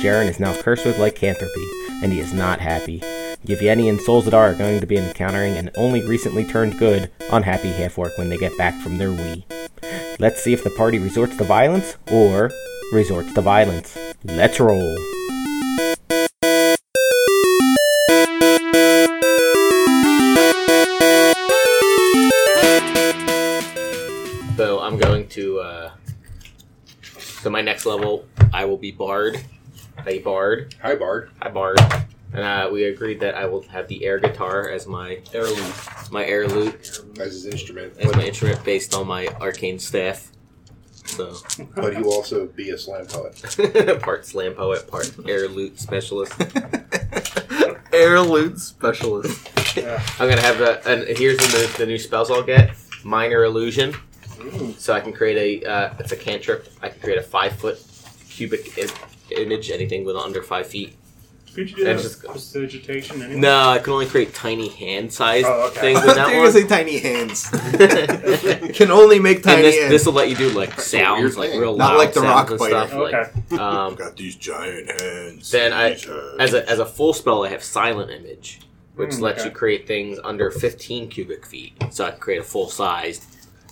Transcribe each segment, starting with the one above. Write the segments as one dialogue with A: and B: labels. A: Jaren is now cursed with lycanthropy, and he is not happy. Givieni and Solzadar are going to be encountering an only recently turned good, unhappy half orc when they get back from their Wii. Let's see if the party resorts to violence or resorts to violence. Let's roll.
B: So I'm going to. Uh, so my next level, I will be bard. A bard.
C: Hi, Bard.
B: I bard. And uh, we agreed that I will have the air guitar as my
C: Air loop
B: my air lute
C: as his instrument,
B: as my
C: but,
B: instrument based on my arcane staff. So
C: but he will also be a slam poet.
B: part slam poet, part air lute specialist.
D: Air loot specialist.
B: I'm gonna have a. And here's the, the new spells I'll get: minor illusion. So I can create a. Uh, it's a cantrip. I can create a five foot cubic I- image, anything with under five feet.
E: Could you do that
B: That's
E: with prestidigitation anyway?
B: No, I can only create tiny hand sized
E: Oh, okay.
B: things with that
D: You're gonna
B: one.
D: say tiny hands.
B: and
D: Can only make tiny
B: this
D: hands.
B: this will let you do like sounds,
F: weird
B: like
F: thing.
B: real
D: Not
B: loud
D: like the
B: sounds
D: rock
B: and
D: biter.
B: stuff.
E: Oh, Okay.
B: Like, um,
F: got these giant hands.
B: Then I-
F: These
C: uh,
B: as
F: hands.
B: a as a full spell, I have silent image, which
E: Mm,
B: lets
E: okay.
B: you create things under 15 cubic feet. So I can create a full sized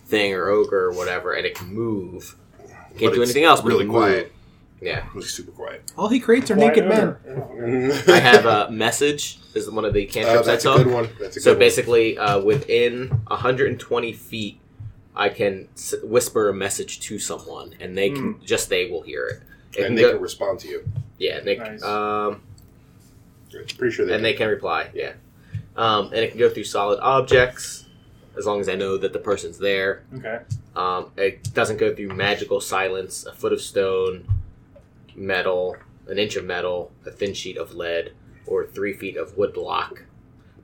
B: thing or ogre or whatever, and it can move. Can't
F: But
B: do
F: it's
B: anything else. but it
F: Really
B: can
F: quiet.
B: move. Yeah.
F: Really super quiet.
D: All he creates are
E: Why
D: naked
E: not?
D: men.
B: I
C: I
B: have a message. Is one of the cantrips I
C: Uh, that's a
B: saw.
C: good one. That's a good
B: So
C: one.
B: basically, uh, within 120 feet, I can s- whisper a message to someone, and they can
E: Hmm.
B: just they will hear it. It can
C: and they
B: go-
C: can respond to you.
B: yeah, they,
E: Nice.
B: um,
C: Pretty sure they.
B: and they can reply. Yeah, um, and it can go through solid objects as long as I know that the person's there.
E: Okay.
B: Um, it doesn't go through magical silence, a foot of stone, metal, an inch of metal, a thin sheet of lead, or three feet of wood block.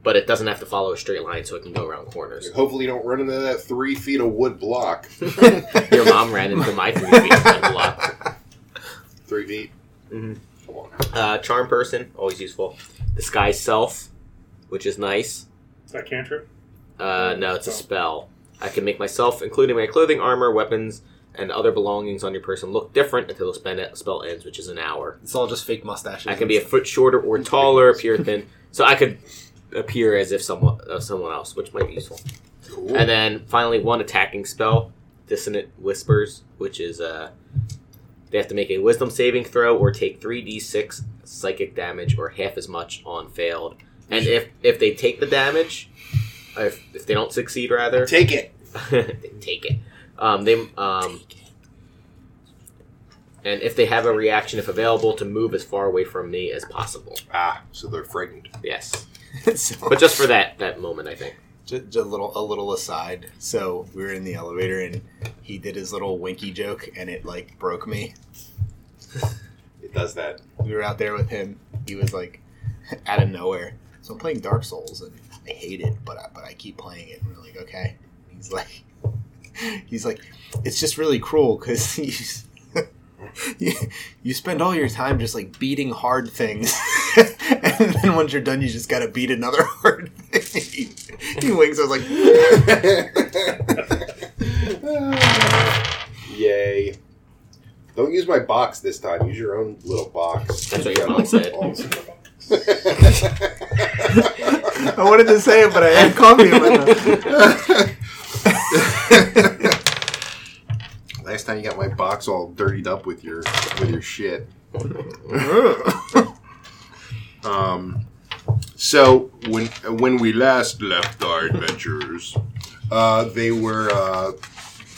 B: But it doesn't have to follow a straight line, so it can go around corners.
C: Hopefully, you don't run into that three feet of wood block.
B: Your mom ran into my three feet of wood block.
C: Three feet.
B: Mhm.
C: Come on.
B: Uh, charm person, always useful. Disguise self, which is nice.
E: Is that cantrip?
B: Uh, no, it's a spell. I can make myself, including my clothing, armor, weapons, and other belongings on your person, look different until the spend- spell ends, which is an hour.
D: It's all just fake mustaches.
B: I can be a foot shorter or taller, appear thin. So I could appear as if someone uh, someone else, which might be useful.
C: Cool.
B: And then finally, one attacking spell, Dissonant Whispers, which is uh, they have to make a Wisdom saving throw or take three d6 psychic damage or half as much on failed. And if if they take the damage, if, if they don't succeed, rather
C: Take it.
B: they take it. Um, they um, and if they have a reaction, if available, to move as far away from me as possible.
C: Ah, so they're frightened.
B: Yes,
D: so,
B: but just for that that moment, I think.
D: Just, just a little a little aside. So we were in the elevator and he did his little winky joke and it like broke me.
C: It does that.
D: We were out there with him. He was like out of nowhere. So I'm playing Dark Souls and I hate it, but I, but I keep playing it. And we're like, okay. He's like, he's like, it's just really cruel because you, s- you you spend all your time just like beating hard things, and then once you're done, you just gotta beat another hard thing. he winks. I was like.
C: Yay. Don't use my box this time. Use your own little box.
B: That's what your mom said.
D: I wanted to say it, but I had coffee in my mouth.
C: Last time you got my box all dirtied up with your with your shit. Um, so when when we last left our adventurers, uh, they were uh,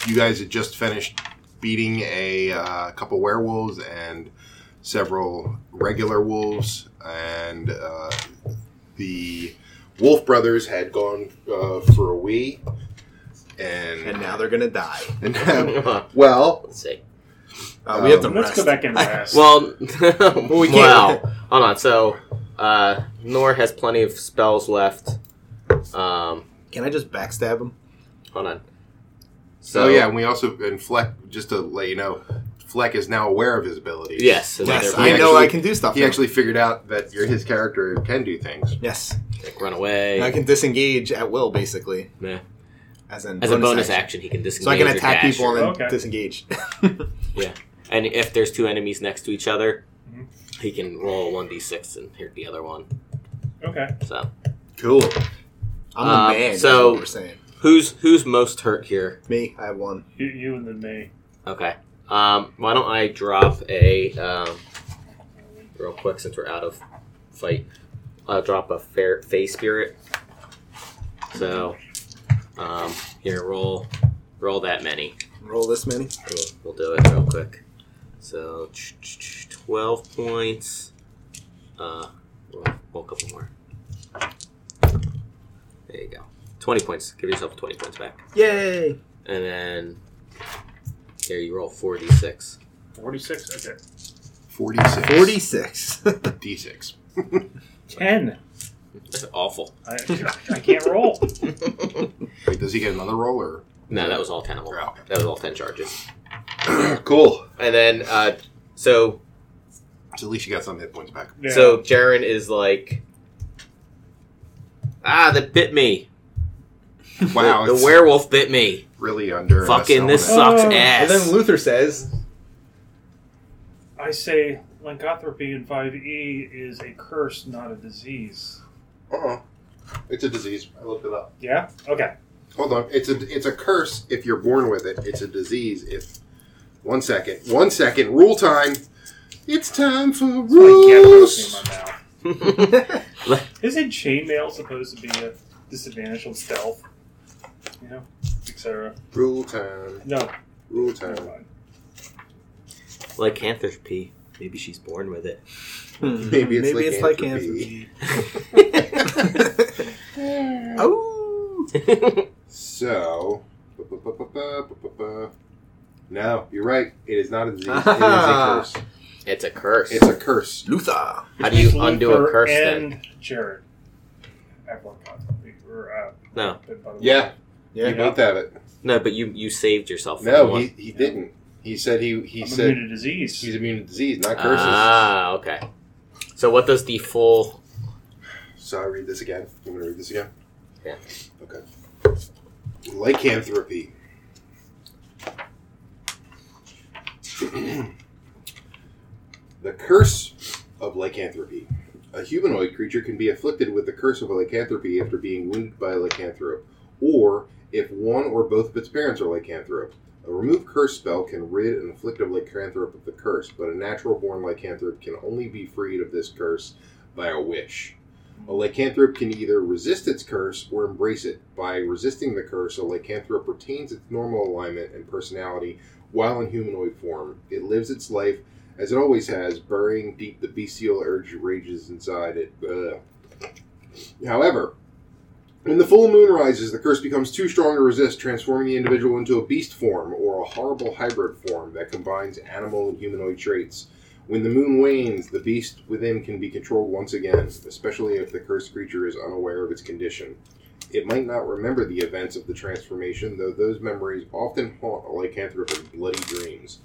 C: you guys had just finished beating a uh, couple werewolves and several regular wolves, and uh, the Wolf Brothers had gone uh, for a wee,
D: and
C: and,
D: now they're gonna die.
C: and
B: Let's
C: well,
B: see.
D: Uh, we have to
C: Um,
E: Let's
D: rest.
E: go back in rest.
B: Well,
D: we can't.
B: Wow. Hold on. So, uh, Nor has plenty of spells left. Um,
D: Can I just backstab him?
B: hold on. So
C: So Oh, yeah, and we also and Fleck just to let you know, Fleck is now aware of his abilities.
B: Yes. so
D: Yes,
B: they're-
D: I
C: he
D: know
C: actually-
D: I can do stuff.
C: He
D: now.
C: actually figured out that your his character can do things.
D: yes,
B: like, run away.
D: I can disengage at will, basically,
B: Yeah.
D: as an
B: As a bonus action, he can disengage.
D: So I can
B: or
D: attack
B: dash
D: people and then
E: Okay.
D: disengage.
B: And if there's two enemies next to each other,
D: Mm-hmm.
B: He can roll one d six and hit the other one.
E: Okay.
B: So
C: Cool.
D: I'm
B: Uh,
D: the man. is
B: so-
D: what we're saying
B: who's who's most hurt here?
D: me, I have one.
E: You, you and then me.
B: Okay. Um, why don't I drop a um, real quick since we're out of fight? I'll drop a fair face spirit. So um, here, roll roll that many.
D: Roll this many.
B: We'll, we'll do it real quick. So, ch- ch- ch- 12 points. Uh, well, well, a couple more. There you go. 20 points. Give yourself 20 points back.
D: Yay!
B: And then, there you roll 46.
E: Forty six. Okay.
C: 46.
D: Forty-six.
C: D6.
E: Ten.
B: That's awful.
E: I, I can't roll.
C: Wait, does he get another roll or?
B: No, that was all 10 of them. That was all 10 charges.
C: cool.
B: And then, uh, so,
C: So at least you got some hit points back.
E: Yeah.
B: so Jaren is like, ah, that bit me.
C: Wow.
B: the, the
C: it's
B: werewolf bit me.
C: really under.
B: Fucking this
E: Oh.
B: sucks
E: And
B: ass.
D: And then Luther says,
E: I say lycanthropy in five E is a curse, not a disease.
C: uh It's a disease. I looked it up.
E: Yeah. Okay.
C: Hold on. It's a it's a curse if you're born with it. It's a disease if. One second. One second. Rule time. It's time for
E: Like, yeah,
C: rules.
E: put it in my mouth. Isn't chainmail supposed to be a disadvantage on stealth? You know, etc.
C: Rule time.
E: No,
C: Rule
E: never
C: time.
E: mind.
B: lycanthropy. Maybe she's born with it.
D: hmm,
C: Maybe it's
D: lycanthropy."
C: lycanthropy."
D: oh,
C: So. ba-ba-ba-ba-ba-ba-ba. No, you're right. It is not a disease. It is a
D: Ah.
C: curse.
B: it's a curse.
C: It's a curse.
D: Luther.
B: How do you
E: Luther
B: undo a curse
E: and
B: then?
E: Jared. At lycanthropy, or, uh,
B: No,
E: bit by the
C: Yeah,
D: Yeah.
C: you both have it.
B: no, but you you saved yourself. from
C: No,
B: one.
C: he, he didn't. He said he he
E: I'm
C: said
E: immune to disease.
C: he's immune to disease, not curses.
B: ah, okay. So what does the full?
C: So I read this again. You want me to read this again?
B: Yeah.
C: Okay. Lycanthropy. the curse of lycanthropy. A humanoid creature can be afflicted with the curse of lycanthropy after being wounded by a lycanthrope, or if one or both of its parents are lycanthrope. A remove curse spell can rid an afflicted lycanthrope of the curse, but a natural born lycanthrope can only be freed of this curse by a wish. A lycanthrope can either resist its curse or embrace it. By resisting the curse, a lycanthrope retains its normal alignment and personality while in humanoid form. It lives its life as it always has, burying deep the bestial urge that rages inside it. Ugh. However, when the full moon rises, the curse becomes too strong to resist, transforming the individual into a beast form or a horrible hybrid form that combines animal and humanoid traits. When the moon wanes, the beast within can be controlled once again, especially if the cursed creature is unaware of its condition. It might not remember the events of the transformation, though those memories often haunt a lycanthrope in bloody dreams.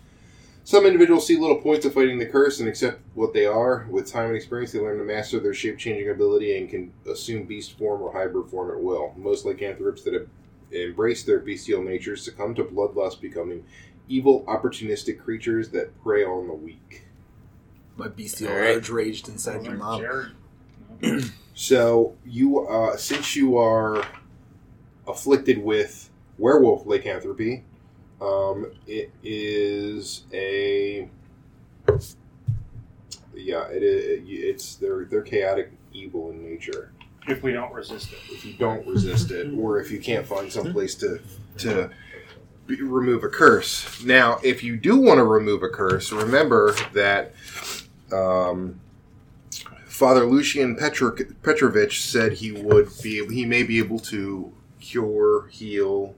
C: Some individuals see little points of fighting the curse and accept what they are. With time and experience, they learn to master their shape changing ability and can assume beast form or hybrid form at will. Most lycanthropes that have embraced their bestial natures succumb to bloodlust, becoming evil, opportunistic creatures that prey on the weak.
D: My bestial
B: All right.
D: urge raged inside your mom.
E: Jared.
C: So you, uh, since you are afflicted with werewolf lycanthropy, um, it is a yeah. It is. It's they're they're chaotic, evil in nature.
E: If we don't resist it.
C: If you don't resist it, or if you can't find some place to to be, remove a curse. Now, if you do want to remove a curse, remember that. Um, Father Lucian Petric- Petrovich said he would be he may be able to cure, heal,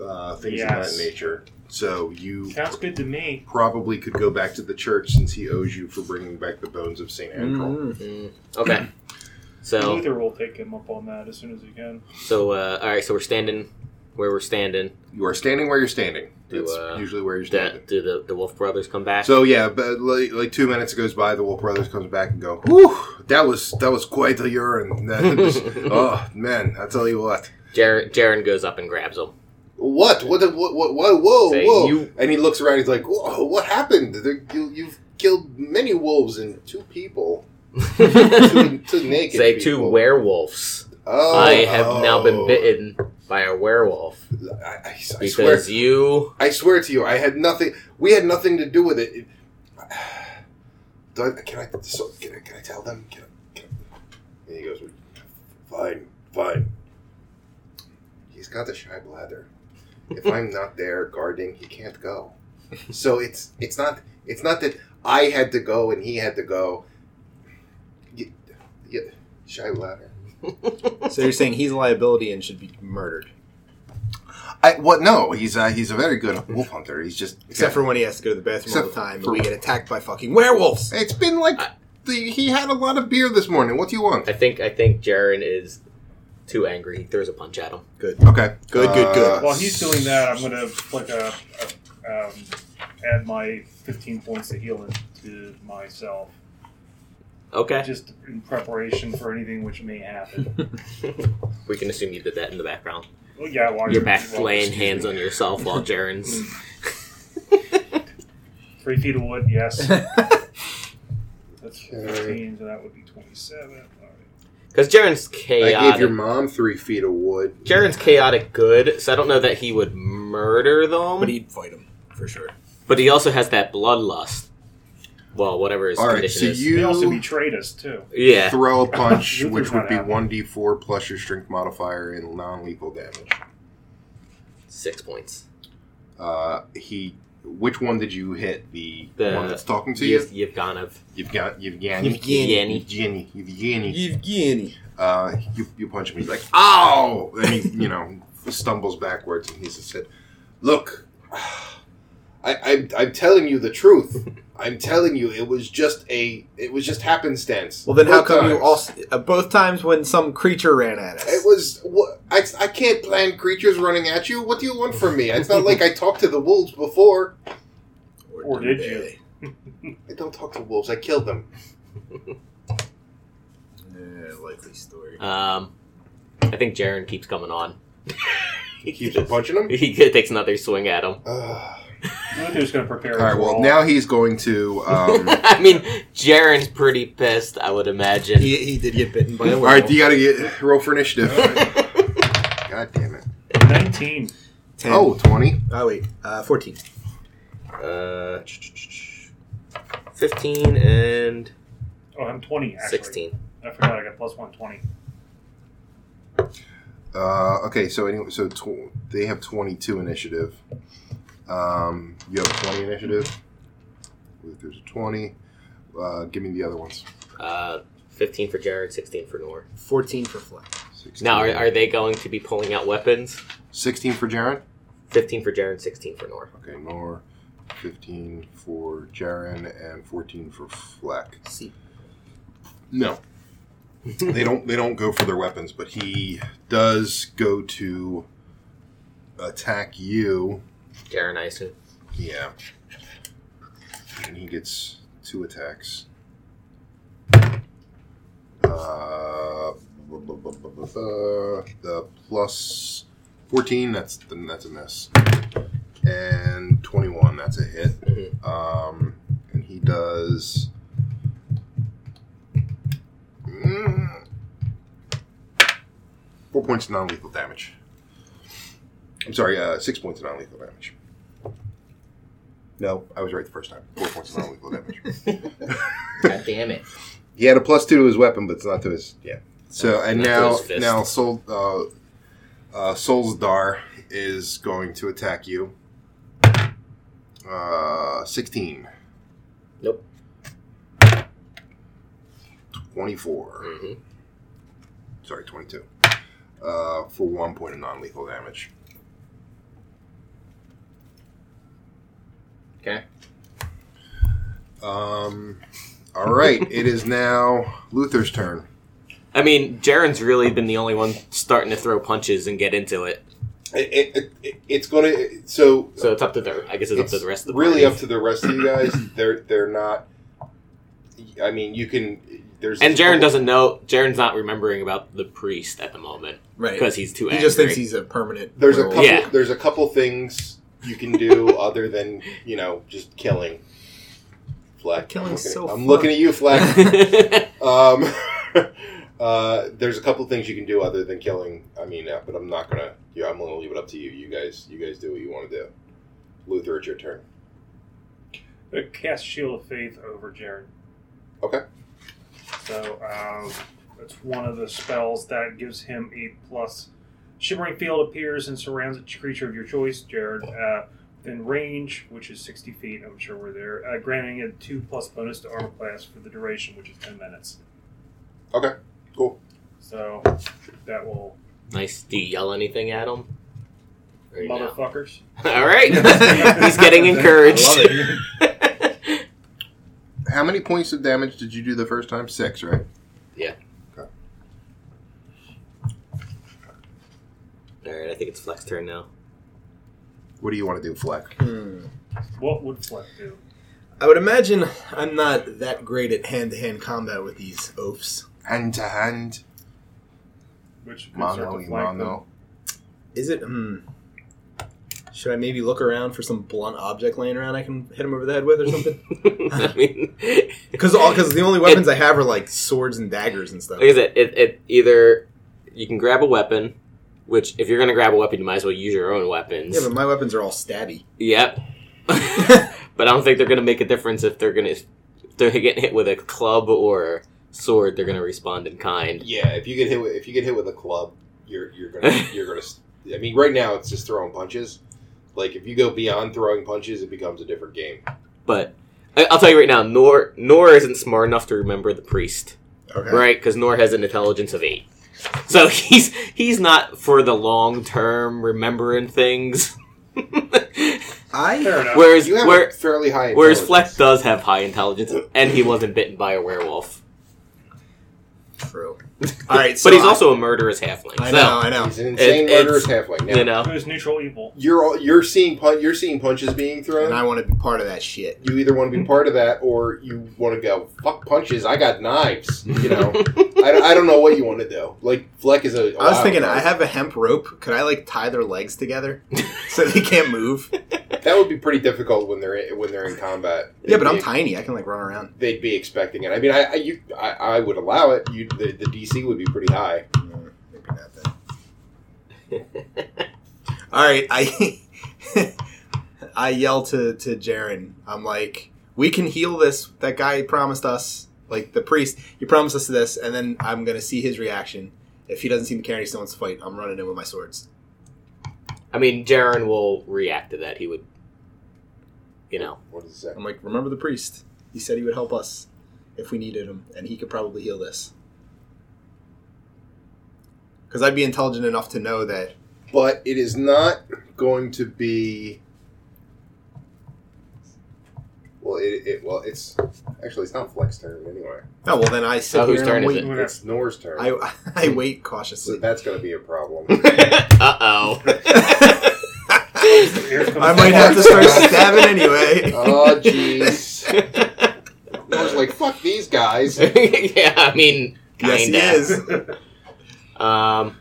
C: uh, things
E: Yes.
C: of that nature. So you
E: Sounds good to me.
C: probably could go back to the church since he owes you for bringing back the bones of Saint Andrew.
D: Mm.
B: Okay. So
E: Luther will take him up on that as soon as he can.
B: so uh, all right. So we're standing where we're standing.
C: You are standing where you're standing.
B: Do,
C: That's
B: uh,
C: usually where you're standing.
B: Do, do the the Wolf Brothers come back?
C: So yeah, but like, like two minutes goes by, the Wolf Brothers comes back and go, "Whew, that was that was quite a urine. That was, oh man, I tell you what."
B: Jaren, Jaren goes up and grabs him.
C: What? What? What? What? what whoa!
B: Say
C: whoa!
B: you-
C: And he looks around. He's like, "Whoa! What happened? There- You, you've killed many wolves and two people.
B: Say
C: Two, two naked
B: two
C: people.
B: werewolves.
C: Oh,
B: I have now been
C: oh.
B: bitten by a werewolf
C: I, I- I swear,
B: because you.
C: I swear to you, I had nothing. We had nothing to do with it. It- Do I- can I? So, can I? Can I tell them? Can I, can I? And he goes, "Fine, fine." He's got the shy bladder. If I'm not there guarding, he can't go. So it's it's not it's not that I had to go and he had to go. You, you, shy bladder.
D: So you're saying he's a liability and should be murdered,
C: I what? No, he's uh, he's a very good wolf hunter. He's just
D: except for when he has to go to the bathroom all
C: Except
D: the time
C: for-
D: and we get attacked by fucking werewolves.
C: It's been like
B: I-
C: the, he had a lot of beer this morning. What do you want?
B: I think. I think Jaren is too angry. He throws a punch at him.
C: Okay,
D: Good, good,
C: Uh,
D: good.
E: While he's doing that, I'm gonna like uh, uh, um, add my 15 points of healing to myself,
B: Okay,
E: just in preparation for anything which may happen.
B: we can assume you did that in the background.
E: Well, yeah, while
B: You're back
E: well,
B: laying
E: excuse
B: hands
E: me.
B: on yourself while Jaren's.
E: Three feet of wood, yes. That's
C: Okay.
E: 15, so that would be 27. All right.
B: Because Jaren's
C: I gave your
B: chaotic.
C: mom three feet of wood.
B: Jaren's chaotic good, so I don't know that he would murder them.
D: But he'd fight him for sure.
B: But he also has that bloodlust. Well, whatever his
C: All right,
B: condition
C: so
B: is.
E: They also
C: you
E: betrayed us, too.
B: yeah.
C: throw a punch,
E: Luther's
C: which would
E: not
C: be
E: happy.
C: one d four plus your strength modifier and non-lethal damage.
B: Six points.
C: Uh, he. Which one did you hit? The,
B: The-
C: one that's talking to you.
B: Yev- Yevganov.
C: You've got Yevgeny.
B: Yevgeny.
C: Yevgeny. Yevgeny.
D: Evgeny.
C: Uh, you, you punch him. He's like, "Ow!" And he, you know, stumbles backwards, and he just said, "Look, I, I'm, I'm telling you the truth. I'm telling you, it was just a, it was just happenstance."
D: Well, then how
C: Both
D: come you
C: times.
D: also uh, both times when some creature ran at us?
C: It was. wha- I, I can't plan creatures running at you. What do you want from me? It's not like I talked to the wolves before.
E: Or did you?
D: they?
C: I don't talk to wolves. I killed them.
D: Yeah, likely story.
B: Um, I think Jaren keeps coming on.
C: He keeps on punching them.
B: He takes another swing at him.
C: Uh,
E: Luther's going to prepare
C: all right.
E: for
C: Well,
E: all-
C: now he's going to. Um,
B: I mean, Jaren's pretty pissed, I would imagine.
D: He, he did get bitten by a
C: all
D: werewolf.
C: right, you got to get roll for initiative.
E: All right.
C: God damn it.
E: 19.
D: Ten.
C: Oh, 20.
D: oh wait, uh, fourteen.
B: Uh, 15 and
E: Oh, I'm 20, actually.
B: 16.
E: I forgot I got plus 120.
C: Uh, okay, so anyway, so tw- they have twenty-two initiative. Um, you have twenty initiative. Luther's a twenty. Uh, give me the other ones.
B: Uh, 15 for Jaren, 16 for Nor.
D: Fourteen for Fleck.
C: 16.
B: Now, are, are they going to be pulling out weapons?
C: sixteen for Jaren.
B: 15 for Jaren, 16 for Nor.
C: Okay, Nor. Fifteen for Jaren and fourteen for Fleck.
D: See,
C: No, they don't. They don't go for their weapons, but he does go to attack you.
B: Jaren, I assume.
C: Yeah. And he gets two attacks. Uh, bu- bu- bu- bu- bu- bu- the plus 14, that's, then that's a miss. And 21, that's a hit.
B: Mhm.
C: Um, and he does. Mm, Four points of non lethal damage. I'm sorry, uh, six points of non lethal damage. No, I was right the first time. Four points of non-lethal damage.
B: God damn it.
C: He had a plus two to his weapon, but it's not to his. Yeah. So and
B: Oh, Not to
C: now
B: his fist.
C: now Sol uh, uh, Solzdar is going to attack you. Uh, sixteen.
B: Nope.
C: Twenty-four.
B: hmm
C: Sorry, twenty-two. Uh, for one point of non-lethal damage.
B: Okay.
C: Um. All right. it is now Luther's turn.
B: I mean, Jaren's really been the only one starting to throw punches and get into it.
C: It, it, it, it's going to so
B: So it's up to the. I guess it's,
C: it's
B: up to the rest of the
C: really
B: party.
C: up to the rest of you guys. They're they're not. I mean, you can. There's
B: and Jaren doesn't know. Jaren's not remembering about the priest at the moment
D: right?
B: because he's too
D: he
B: angry.
D: just thinks he's a permanent.
C: There's a couple.
D: werewolf.
B: Yeah.
C: There's a couple things you can do other than you know just killing. Fleck.
D: Killing
C: I'm looking,
D: so
C: I'm
D: fun.
C: looking at you, Fleck.
B: Fleck.
C: um, uh, there's a couple things you can do other than killing. I mean, uh, but I'm not gonna. Yeah, I'm gonna leave it up to you. You guys, you guys do what you want to do. Luther, it's your turn.
E: Uh, Cast Shield of Faith over Jared.
C: Okay.
E: So um, it's one of the spells that gives him a plus. Shimmering field appears and surrounds a creature of your choice, Jared, uh, within range, which is 60 feet. I'm sure we're there. Uh, granting a 2 plus bonus to armor class for the duration, which is 10 minutes.
C: Okay, cool.
E: So that will.
B: nice. Do you yell anything at him? Or you know?
E: Motherfuckers.
B: All right. He's getting encouraged.
D: I love
C: How many points of damage did you do the first time? Six, right?
B: All right, I think it's Flex turn now.
C: What do you want to do, Fleck?
D: Hmm.
E: What would Fleck do?
D: I would imagine I'm not that great at hand to hand combat with these oafs.
C: Hand to hand,
E: Which could start
C: mano
E: to
C: y
E: flank them.
C: mano.
D: Is it? Hmm. Should I maybe look around for some blunt object laying around I can hit him over the head with or something?
B: I mean, like
D: Because all because the only weapons I have are like swords and daggers and stuff.
B: I said, it, it either you can grab a weapon, which if you're gonna grab a weapon, you might as well use your own weapons.
D: Yeah, but my weapons are all stabby.
B: yep. but I don't think they're gonna make a difference if they're gonna if they're getting hit with a club or sword. They're gonna respond in kind.
C: Yeah, if you get hit, with, if you get hit with a club, you're you're gonna you're gonna. s- I mean, right now it's just throwing punches. Like if you go beyond throwing punches, it becomes a different game.
B: But I, I'll tell you right now, Nor Nor isn't smart enough to remember the priest.
D: Okay.
B: right? Because Nor has an intelligence of eight, so he's he's not for the long term remembering things.
D: I
E: Fair enough.
B: whereas
C: You have
B: where,
C: a fairly high.
B: whereas
C: intelligence.
B: Fleck does have high intelligence, and he wasn't bitten by a werewolf,
D: true. All right, so
B: but he's
D: I-
B: also a murderous halfling.
D: I
B: so,
D: know, I know.
C: He's an insane
B: It- it's-
C: murderous halfway. Now,
B: You know,
E: Who is neutral evil?
C: you're all, you're seeing pun- you're seeing punches being thrown.
D: And I want to be part of that shit.
C: you either want to be part of that or you want to go fuck punches. I got knives. You know, I, I don't know what you want to do. Like Fleck is a.
D: I was thinking, I have a hemp rope. Could I like tie their legs together so they can't move?
C: that would be pretty difficult when they're in, when they're in combat.
D: Yeah, but I'm
C: They'd be-
D: tiny. I can like run around.
C: They'd be expecting it. I mean, I I, you, I, I would allow it. You, the, the DC would be pretty high.
D: Mm, maybe not then. All right, I I yell to to Jaren. I'm like, we can heal this. That guy promised us, like the priest, he promised us this, and then I'm gonna see his reaction. If he doesn't seem to care, and he still wants to fight. I'm running in with my swords.
B: I mean, Jaren will react to that. He would, you know,
C: What is that?
D: I'm like, remember the priest. He said he would help us if we needed him, and he could probably heal this. Because I'd be intelligent enough to know that
C: but it is not going to be. Well, it, it well, it's actually it's not Fleck's turn anyway.
D: Oh well, then I sit
B: Oh,
D: here
B: whose
D: and I'm
B: turn is
D: waiting.
C: It's Nor's turn,
D: I I wait
C: so
D: cautiously.
C: that's going to be a problem.
B: uh oh.
E: Here comes
D: I might have to start stabbing anyway.
C: oh jeez, Nor's like fuck these guys.
B: yeah, I mean,
D: yes,
B: kinda.
D: he is.
B: Um,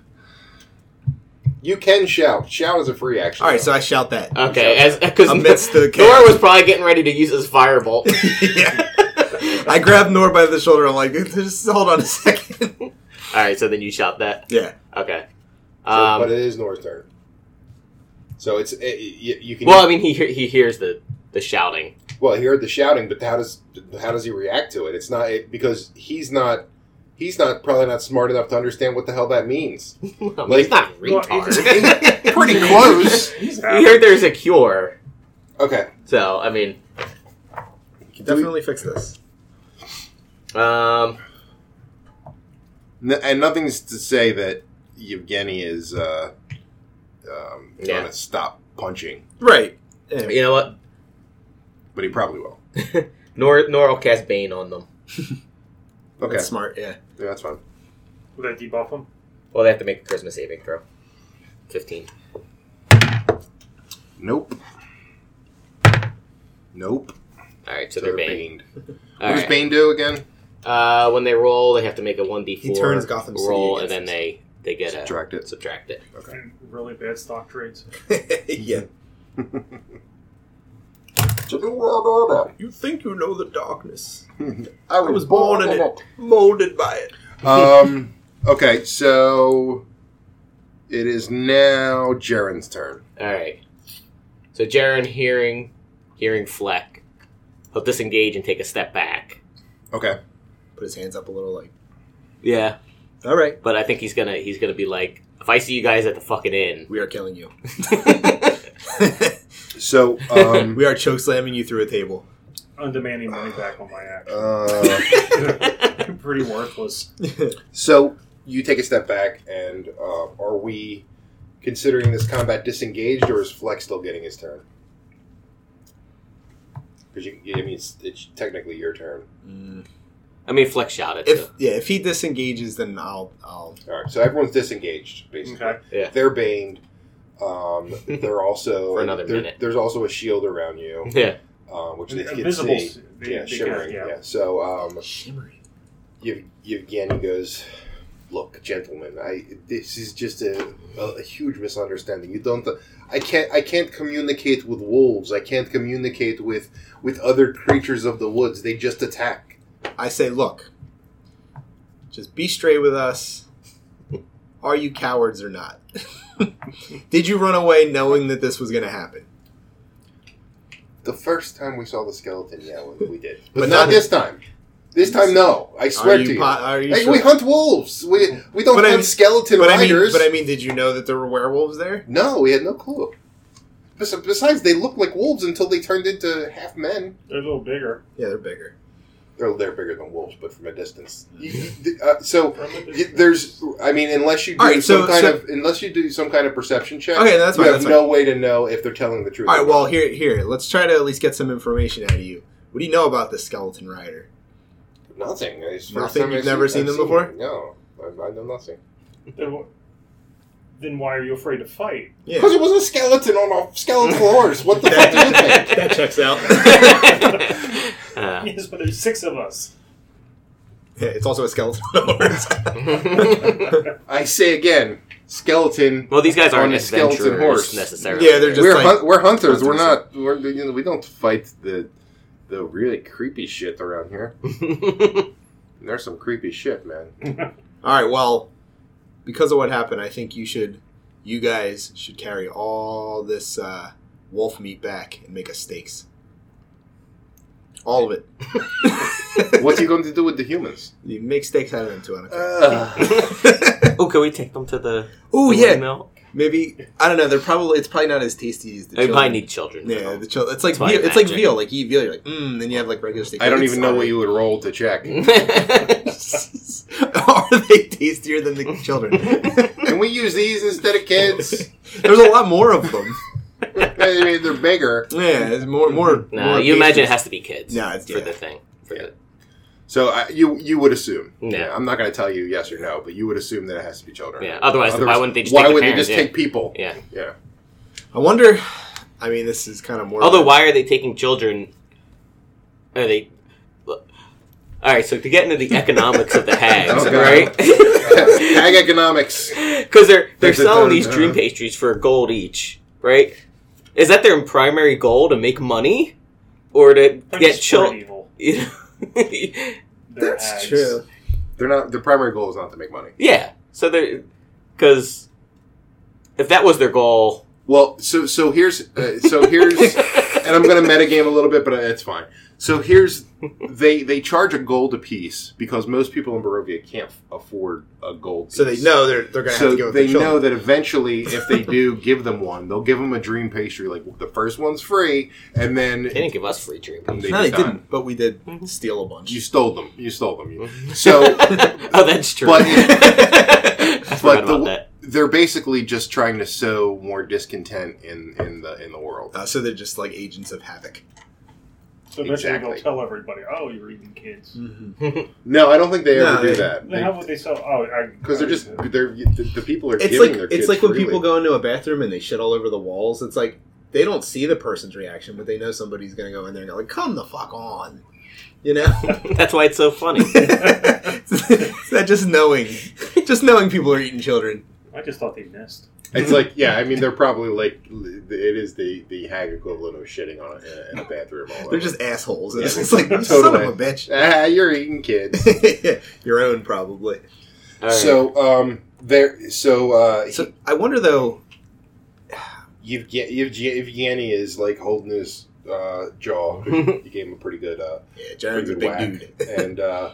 C: You can shout. Shout is a free action.
D: All right, so I shout that.
B: okay, as because
D: Amidst the
B: Nor
D: chaos.
B: was probably getting ready to use his firebolt.
D: Yeah. I grab Nor by the shoulder. I'm like, just hold on a second.
B: All right, so then you shot that.
D: yeah.
B: Okay.
C: So-
B: Um,
C: but it is Nor's turn. So it's it, it- you, you can.
B: well, I mean, he hear- he hears the the shouting.
C: Well, he heard the shouting, but how does how does he react to it? It's not it, because he's not he's not probably not smart enough to understand what the hell that means.
B: Well,
C: Like-
B: he's not a
E: Well,
B: retard.
C: Pretty close.
E: He's
B: he heard there's a cure,
C: Okay,
B: so I mean,
D: Definitely fix this.
B: um,
C: N- and nothing's to say that Yevgeny is uh, um,
B: Yeah.
C: going to stop punching,
D: Right. Yeah.
B: you know what?
C: but he probably will.
B: Nor Nor will cast Bane on them.
C: Okay,
D: That's smart. Yeah.
C: yeah, that's fine.
E: Would I debuff him?
B: Well, they have to make a Christmas saving throw. Fifteen.
C: Nope. Nope.
B: All right, so, they're Bane.
C: What
B: All
C: does
B: right.
C: Bane do again?
B: Uh, when they roll, they have to make a one d four.
D: He turns Gotham City
B: roll, and
D: against
B: then
D: us.
B: they they get a
C: Subtract it.
B: subtract it.
E: And really bad stock trades.
D: yeah.
C: to the world order.
F: You think you know the darkness.
C: I
F: I was born in it, molded by it.
C: Um. Okay, so it is now Jaren's turn.
B: All right. So Jaren, hearing hearing Fleck, he'll disengage and take a step back.
C: Okay.
D: Put his hands up a little, like,
B: Yeah,
D: all right,
B: but I think he's gonna he's gonna be like, if I see you guys at the fucking inn,
D: we are killing you.
C: So um.
D: we are choke slamming you through a table.
E: I'm demanding money back on my action.
C: uh,
E: Pretty worthless.
C: so you take a step back, and uh, are we considering this combat disengaged, or is Flex still getting his turn? Because you, I mean, it's, it's technically your turn.
D: Mm.
B: I mean Fleck shouted.
D: If
B: so-
D: yeah, if he disengages, then I'll I'll
C: All right. So everyone's disengaged, basically.
E: Okay.
B: yeah,
C: They're baned. Um, they're also
B: For another
C: there-
B: minute.
C: There's also a shield around you,
B: yeah.
C: um, which they can
E: Invisible.
C: see.
E: They,
C: yeah,
E: they can,
C: shimmering.
E: yeah.
C: yeah. So um,
D: shimmering.
C: Yev- Yevgeny goes, "Look, gentlemen, I this is just a, a, a huge misunderstanding. You don't. I can't. I can't communicate with wolves. I can't communicate with with other creatures of the woods. They just attack.
D: I say, look, just be straight with us. Are you cowards or not? Did you run away knowing that this was going to happen?
C: The first time we saw the skeleton, yeah, we, we did, but,
D: But
C: not
D: not-
C: this time. This time, no. I swear
D: are you,
C: to you."
D: po- Are you
C: Hey,
D: sure?
C: we hunt wolves. We we don't
D: But I-
C: hunt skeleton
D: but I mean,
C: riders.
D: but I mean, did you know that there were werewolves there?
C: no, we had no clue. Bes- Besides, they looked like wolves until they turned into half men.
E: They're a little bigger.
D: Yeah, they're bigger.
C: they're, Oh, they're bigger than wolves, but from a distance. You- you- uh, so
E: From a
C: y- there's, I mean, unless you do
D: All right,
C: some
D: so-
C: kind
D: so-
C: of unless you do some kind of perception check,
D: Okay, that's
C: you
D: fine.
C: have
D: That's fine.
C: no way to know if they're telling the truth.
D: All right,
C: or not.
D: well, here, here, let's try to at least get some information out of you. What do you know about this skeleton rider?
C: nothing. It's the
D: Nothing?
C: time
D: You've
C: I've
D: never seen
C: I've
D: them before?
C: it. No, I, I know nothing.
E: Then, wh- then why are you afraid to fight?
D: Yeah,
C: Because it was a skeleton on a skeleton horse. What the fuck do you think?
D: that checks out.
B: Uh,
E: Yes, but there's six of us.
D: yeah, it's also a skeleton horse.
C: I say again, skeleton.
B: well, these guys
C: On
B: aren't
C: a skeleton
B: adventurers
C: horse.
B: necessarily.
D: yeah, they're just
C: We're
D: like
C: hun- we're hunters. We're
D: Hunters.
C: not. We're, you know, we don't fight the the really creepy shit around here. There's some creepy shit, man.
D: All right, well, because of what happened, I think you should, you guys should carry all this uh, wolf meat back and make us steaks. All of it.
C: What's he going to do with the humans?
D: you make steaks out of them too. I don't care.
B: oh, can we take them to the?
D: oh
B: the
D: yeah,
B: windmill?
D: maybe I don't know. They're probably it's probably not as tasty as the.
B: They
D: Children.
B: probably need children. you
D: Yeah,
B: know.
D: the chill. It's
B: That's
D: like
B: why
D: veal,
B: I
D: it's like
B: imagine.
D: veal. Like you eat veal, you're like mmm. Then you have like regular steak.
C: I don't
D: It's
C: even know what
D: solid.
C: you would roll to check.
D: Are they tastier than the children?
C: Can we use these instead of kids?
D: There's a lot more of them.
C: I mean, they're bigger.
D: Yeah, it's more
C: Mm-hmm.
D: more.
B: No,
D: more
B: you imagine it
D: tasty.
B: has to be kids.
D: No, it's-
B: for
D: yeah.
B: the thing. For the,
C: So I, you you would assume.
B: Yeah.
C: I'm not going to tell you yes or no, but you would assume that it has to be children.
B: yeah. Otherwise, why wouldn't they just
C: why
B: take the
C: would they
B: parents?
C: just take people?
B: yeah. yeah.
C: Yeah.
D: I wonder. I mean, this is kind of more.
B: Although, why are they taking children? Are they? All right. So to get into the economics of the hags,
C: Oh, God.
B: right?
C: Ag economics.
B: Because they're they're
C: Dun, dun,
B: selling
C: dun,
B: these
C: dun.
B: dream pastries for a gold each, right? Is that their primary goal to make money, or to
E: They're
B: get
E: just plain
B: children?
E: evil. They're
D: that's
E: hags.
D: true.
C: They're not. Their primary goal is not to make money.
B: yeah. So they, because if that was their goal,
C: Well, so so here's uh, so here's, and I'm going to metagame a little bit, but it's fine. So here's they they charge a gold a piece because most people in Barovia can't afford a gold. Piece.
D: So they know they're they're gonna have
C: so
D: to go with
C: they
D: the children.
C: know that eventually, if they do give them one, they'll give them a dream pastry. Like the first one's free, and then
B: they didn't give us free dream pastries.
C: they
D: no, they
C: decide.
D: didn't, but we did
B: Mm-hmm.
D: steal a bunch.
C: You stole them. You stole them. You- So,
B: oh, that's true.
C: But-
B: I forgot
C: but the-
B: about that.
C: they're basically just trying to sow more discontent in in the in the world.
D: Uh, so they're just like agents of havoc.
E: So eventually
C: Exactly. Mm.
E: they'll tell everybody, oh, you're eating kids.
C: Mm-hmm. No, I don't think they ever
D: No,
C: do
D: they-
C: that
E: Then how would they sell? Oh, I.
C: because they're just they're the, the people are
D: It's
C: giving
D: like
C: their
D: it's
C: kids
D: like when
C: freely.
D: people go into a bathroom and they shit all over the walls. It's like they don't see the person's reaction, but they know somebody's gonna go in there and go like, "Come the fuck on," you know.
B: That's why it's so funny.
D: It's that just knowing, just knowing people are eating children.
E: I just thought they missed.
C: It's like, yeah, I mean, they're probably like, it is the the hag equivalent of shitting on a, in a bathroom. All
D: They're
C: over.
D: just assholes.
C: Yeah.
D: It's just like, you son
C: Totally.
D: of a bitch.
C: ah, you're eating kids.
D: Your own, probably.
B: All right.
C: So um, there. So uh,
D: So I wonder, though,
C: Yev- Yev- Evgeny is like holding his uh, jaw. you gave him a pretty good, uh,
D: yeah,
C: pretty
D: Jared's a
C: good
D: big
C: whack,
D: dude.
C: and uh,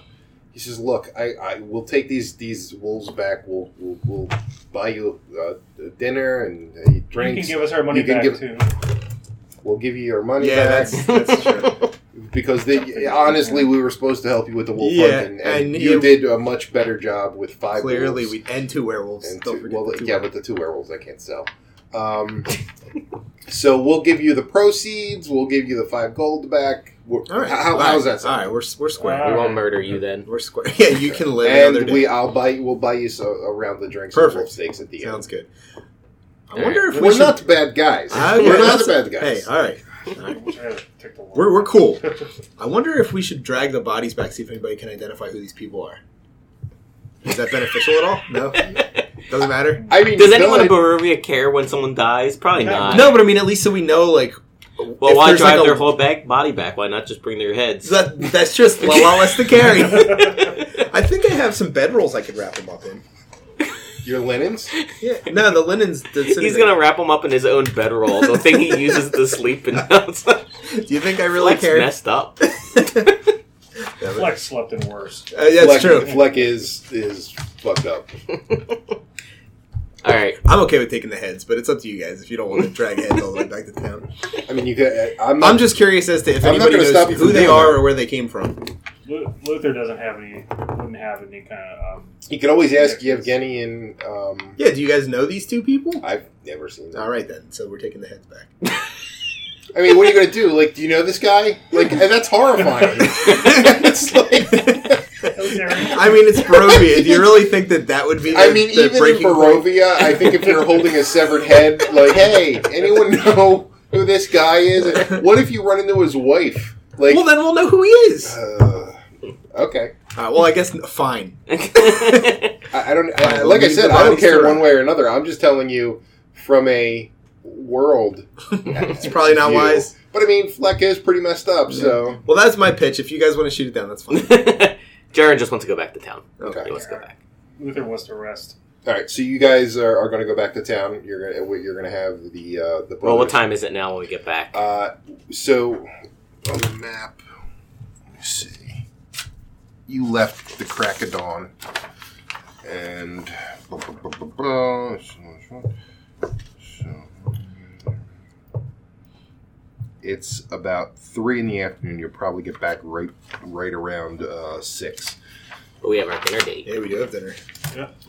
C: he says, "Look, I, I will take these these wolves back. We'll we'll, we'll buy you uh, dinner and uh,
E: You
C: drinks.
E: can give us our money
C: You can
E: back
C: give-
E: too.
C: we'll give you your money
D: Yeah,
C: back
D: that's, that's true.
C: because they honestly we were supposed to help you with the wolf
D: Yeah,
C: hunting, and,
D: and
C: you
D: you-
C: did a much better job with five.
D: Clearly,
C: wolves
D: we and two werewolves.
C: and
D: Don't
C: two,
D: forget
C: well,
D: the two
C: yeah,
D: werewolves.
C: with the two werewolves, I can't sell. Um, so we'll give you the proceeds. We'll give you the five gold back. We're,
D: All right,
C: how, how's that
D: All
C: sound?
D: right, we're we're square.
B: we
E: All
B: won't
E: right.
B: murder you then.
D: We're square. Yeah, you can live another
C: And
D: day.
C: we, I'll buy you. We'll buy you so, a round of drinks and
D: Perfect.
C: wolf steaks at the
D: Sounds
C: end.
D: good. I
B: All
D: wonder if
C: We're
D: we should.
C: not bad guys.
D: I-
C: We're
D: yeah,
C: not
D: that's-
C: bad
D: Hey,
C: guys.
D: all right.
E: I wish I had ticked a lot.
D: We're, we're cool. I wonder if we should drag the bodies back, see if anybody can identify who these people are. Is that beneficial at all? No? Doesn't matter?
C: I mean,
B: Does anyone in
C: good.
B: Barovia care when someone dies? Probably
E: No.
B: not.
D: No, but I mean, at least so we know, like,
B: Well,
D: if
B: why
D: there's,
B: drive
D: like, a-
B: their whole back body back? Why not just bring their heads?
D: that, that's just a lot less to carry.
B: All
D: I think I have some bedrolls I could wrap them up in.
C: Your linens.
D: Yeah. No, the linen's. The
B: He's gonna wrap him up in his own bedroll, the thing he uses to sleep in. It's like,
D: Do you think I really
B: Flex
D: care?
B: messed up.
D: Yeah, but-
E: Flex slept in worse.
D: Uh, yeah,
C: Fleck,
D: that's true.
C: Fleck is is fucked up.
B: All right,
D: I'm okay with taking the heads, but it's up to you guys if you don't want to drag heads all the way back to town.
C: I mean, you could. I'm not.
D: I'm just curious as to if
C: I'm not
D: anybody
C: gonna
D: knows
C: stop you
D: who
C: from
D: they
C: doing
D: are
C: that.
D: or where they came from.
E: Lu- Luther doesn't have any. Wouldn't have any kind of. Um,
C: you could always ask
E: Yeah, 'cause-
C: Yevgeny, and um,
D: Yeah, do you guys know these two people?
C: I've never seen that.
D: All right then, so we're taking the heads back.
C: I mean, what are you gonna do? Like, do you know this guy? Like, and that's horrifying. it's like.
D: I mean, it's Barovia. Do you really think that that would be? The,
C: I mean,
D: the
C: even in
D: breaking point?
C: Barovia, I think if you're holding a severed head, like, hey, anyone know who this guy is? And What if you run into his wife? Like,
D: Well, then we'll know who he is.
C: uh, okay.
D: All right, well, I guess fine.
C: I, I don't.
D: Fine,
C: I,
D: we'll
C: like I
D: leave
C: said,
D: the
C: I don't
D: bodies
C: care
D: to
C: one
D: rot.
C: way or another. I'm just telling you from a world.
D: it's probably not
C: view.
D: wise.
C: But I mean, Fleck is pretty messed up. So
D: Well, that's my pitch. If you guys want to shoot it down, that's fine.
B: Jared just wants to go back to town.
D: Okay.
B: He wants to go back.
E: Luther wants to rest.
C: all right. So you guys are, are going to go back to town. You're gonna you're gonna have the uh, the.
B: Well, what
C: brothers.
B: time is it now when we get back?
C: Uh, so on the map, let me see. You left the crack of dawn, and so, it's about three in the afternoon. You'll probably get back right right around uh, six.
B: we have our dinner date.
D: Yeah, we do have dinner.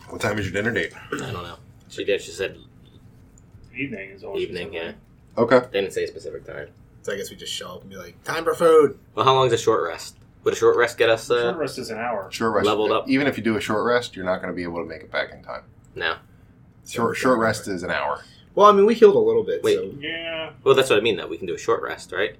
C: What time is your dinner date?
B: I don't know. She did. She said
E: Evening is always
B: evening. Yeah,
C: Okay.
B: they didn't say a specific time.
D: So I guess we just show up and be like, "Time for food."
B: Well, how long is a short rest? Would a short rest get us?
E: Short
B: Uh,
E: rest is an hour.
C: Short rest.
B: Leveled up.
C: Even if you do a short rest, you're not going to be able to make it back in time.
B: no.
C: Short short rest is an hour.
D: Well, I mean, we healed a little bit.
B: Wait.
D: So.
E: Yeah.
B: Well, that's what I mean. Though we can do a short rest, right?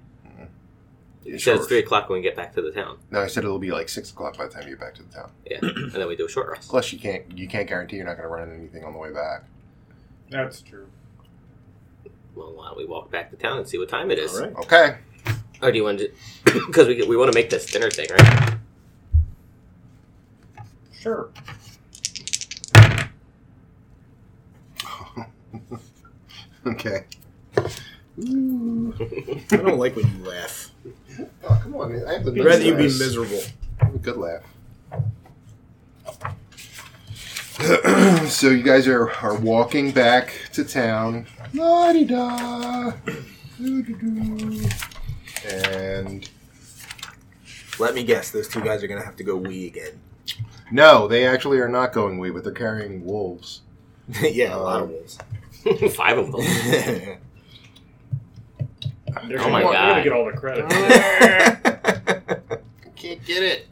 B: You said it's three o'clock when we get back to the town.
C: No, I said it'll be like six o'clock by the time you get back to the town.
B: Yeah, and then we do a short rest.
C: Plus, you can't you can't guarantee you're not going to run into anything on the way back.
E: That's true.
B: Well, why don't we walk back to town and see what time it is?
D: All right.
C: Okay.
B: Or do you want to? Because we we want to make this dinner thing, right?
E: Sure.
C: Okay.
D: I don't like when you laugh.
C: Oh, come on! man. I have the
D: I'd rather you be
C: nice-
D: miserable.
C: I have a good laugh. so you guys are, are walking back to town. La-di-da. Doo-doo-doo. And
D: Let me guess, those two guys are gonna have to go wee again.
C: no, they actually are not going away, but they're carrying wolves.
D: yeah, a lot of wolves.
B: Five of
D: Um,
B: them.
E: They're
B: Oh
E: gonna,
B: my
E: they're
B: God.
E: gonna get all the credit.
C: Can't get it.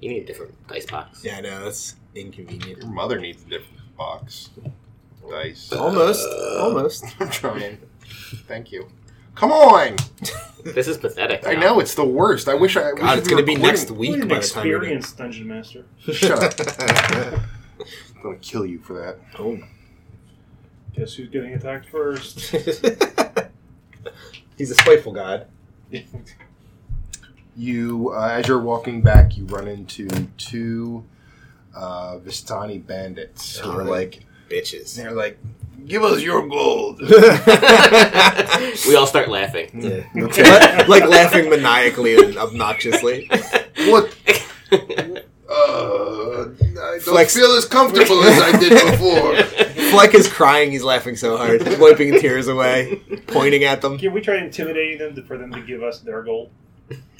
B: You need a different dice box.
D: yeah, I know that's inconvenient.
C: Your mother needs a different box. Dice.
D: Uh, Almost, almost.
C: I'm trying. Thank you. Come on!
B: This is pathetic.
C: I
B: now.
C: know it's the worst. I wish I. I wish
D: God, it's
C: we were
D: gonna be
C: quitting.
D: next
E: We need
D: week
E: an
D: by the time you're done.
E: experienced dungeon master.
C: Shut up! I'm gonna kill you for that.
D: Oh,
E: Guess who's getting attacked first?
D: He's a spiteful god.
C: You, uh, as you're walking back, you run into two uh, Vistani bandits who are like,
D: Bitches.
C: they're like, give us your gold.
B: we all start laughing.
D: Yeah. like, like laughing maniacally and obnoxiously.
C: what? Uh, I don't
D: Flex-
C: feel as comfortable as I did before.
D: Fleck is crying. He's laughing so hard, wiping tears away, pointing at them.
E: Can we try intimidating them to, for them to give us their gold?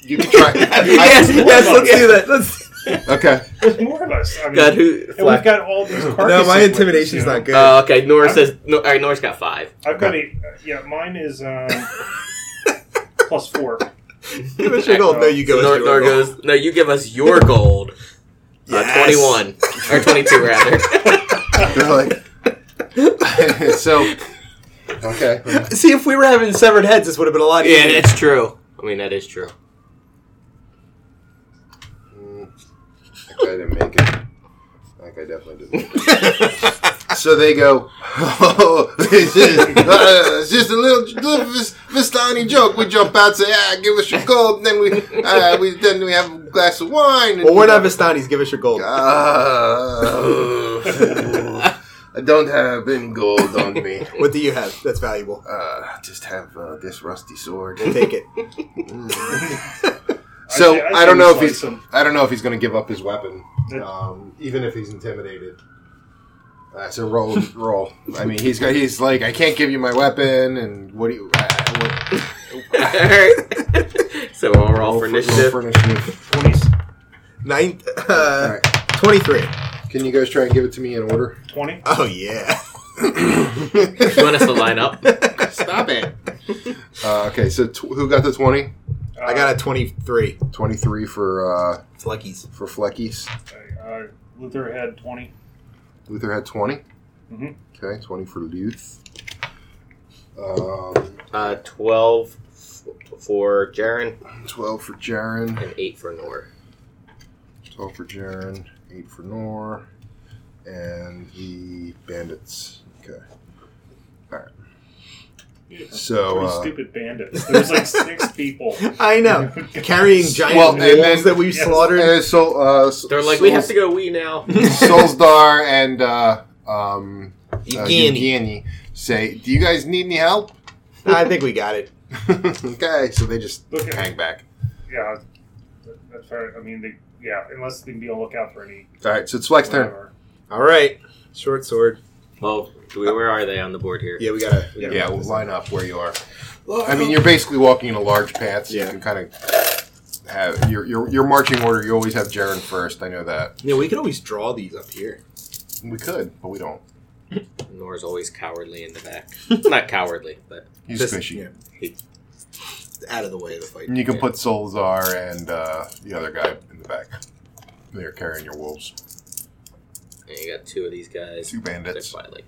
C: You can try.
D: yes, yes, let's do that. Let's...
C: Okay.
E: There's more of us. I mean,
B: God, who?
E: and we've got all these
D: No,
E: carcasses
D: my
E: with us,
D: intimidation's
E: you know?
D: not good.
B: Oh, okay. Nora says. No, all right, Nora's got five.
E: I've got a yeah. Mine is um, plus four.
D: Give us your gold. No, you
B: So
D: go.
B: Nora,
D: with your
B: Nora
D: gold.
B: goes. No, you give us your gold.
D: Yes.
B: Uh, Twenty-one or twenty-two rather.
C: They're like, so. Okay.
D: See, if we were having severed heads, this would have been a lot
B: yeah,
D: easier.
B: that's true. I mean, that is true.
C: I didn't make it. Like I definitely didn't. Make it. so they go. Oh, this is uh, it's just a little, little Vis- Vistani joke. We jump out, say, "Ah, give us your gold." And then we, uh, we then we have a glass of wine. And
D: Well, we're not Vistanis. Give us your gold.
C: Uh, I don't have any gold on me.
D: What do you have that's valuable?
C: Uh, just have uh, this rusty sword.
D: Take it.
C: So
E: say- I'd
C: I don't
E: say
C: know
E: we
C: if he's
E: slice him.
C: I don't know if he's going to give up his weapon,
E: Yeah.
C: um, even if he's intimidated. That's a roll. roll. I mean, he's got. He's like, I can't give you my weapon, and what do you? Uh, what,
B: all right. So we'll roll for initiative.
C: roll for initiative.
E: Twenties,
D: Ninth, uh,
C: All right.
D: 23.
C: Can you guys try and give it to me in order?
E: twenty.
D: Oh, yeah.
B: you want us to line up?
C: Stop it. Uh, okay, so tw- who got the 20?
D: I got a 23.
C: 23 for uh,
D: Fleckies.
C: for Fleckies.
E: Uh, Luther had twenty.
C: Luther had 20.
E: Mhm.
B: Mm-hmm.
C: Okay, 20 for Luth. Um,
B: Uh, twelve f- for Jaren
C: 12 for Jaren.
B: and eight for Nora.
C: 12 for Jaren, 8 for Nor, and the bandits. Okay. Alright. So,
E: Three
C: uh,
E: stupid bandits. There's like six people.
D: I know. Carrying giant
C: Well, and
D: wolves
C: then-
D: that we've
E: Yes.
D: slaughtered.
C: uh, so, uh, s-
B: They're like, we have to
C: Souls-
B: go wee now.
C: uh, Solsdar and, uh, um, uh,
D: Evgeny.
C: Evgeny say, Do you guys need any help?
D: I think we got it.
C: okay, so they just
E: Okay.
C: hang back.
E: Yeah, that- that's fair. I mean, they, yeah, unless they can be on lookout for any.
C: Alright, so it's Flex turn.
E: whatever.
D: All right. Short sword.
B: Well, do we, where are they on the board here?
D: Yeah, we got to.
C: Yeah, we'll line up where you are. I mean, you're basically walking in a large path, so
D: Yeah.
C: you can kind of have your, your your marching order. You always have Jaren first. I know that
D: Yeah, we could always draw these up here.
C: we could, but we don't.
B: Nora's always cowardly in the back. Not cowardly, but
C: He's
D: Just-
C: squishy.
D: yeah. Out of the way of the fight.
C: And you can put Solzar and uh, the other guy in the back. They're carrying your wolves.
B: and you got two of these guys.
C: Two
B: They're
C: bandits.
B: slightly.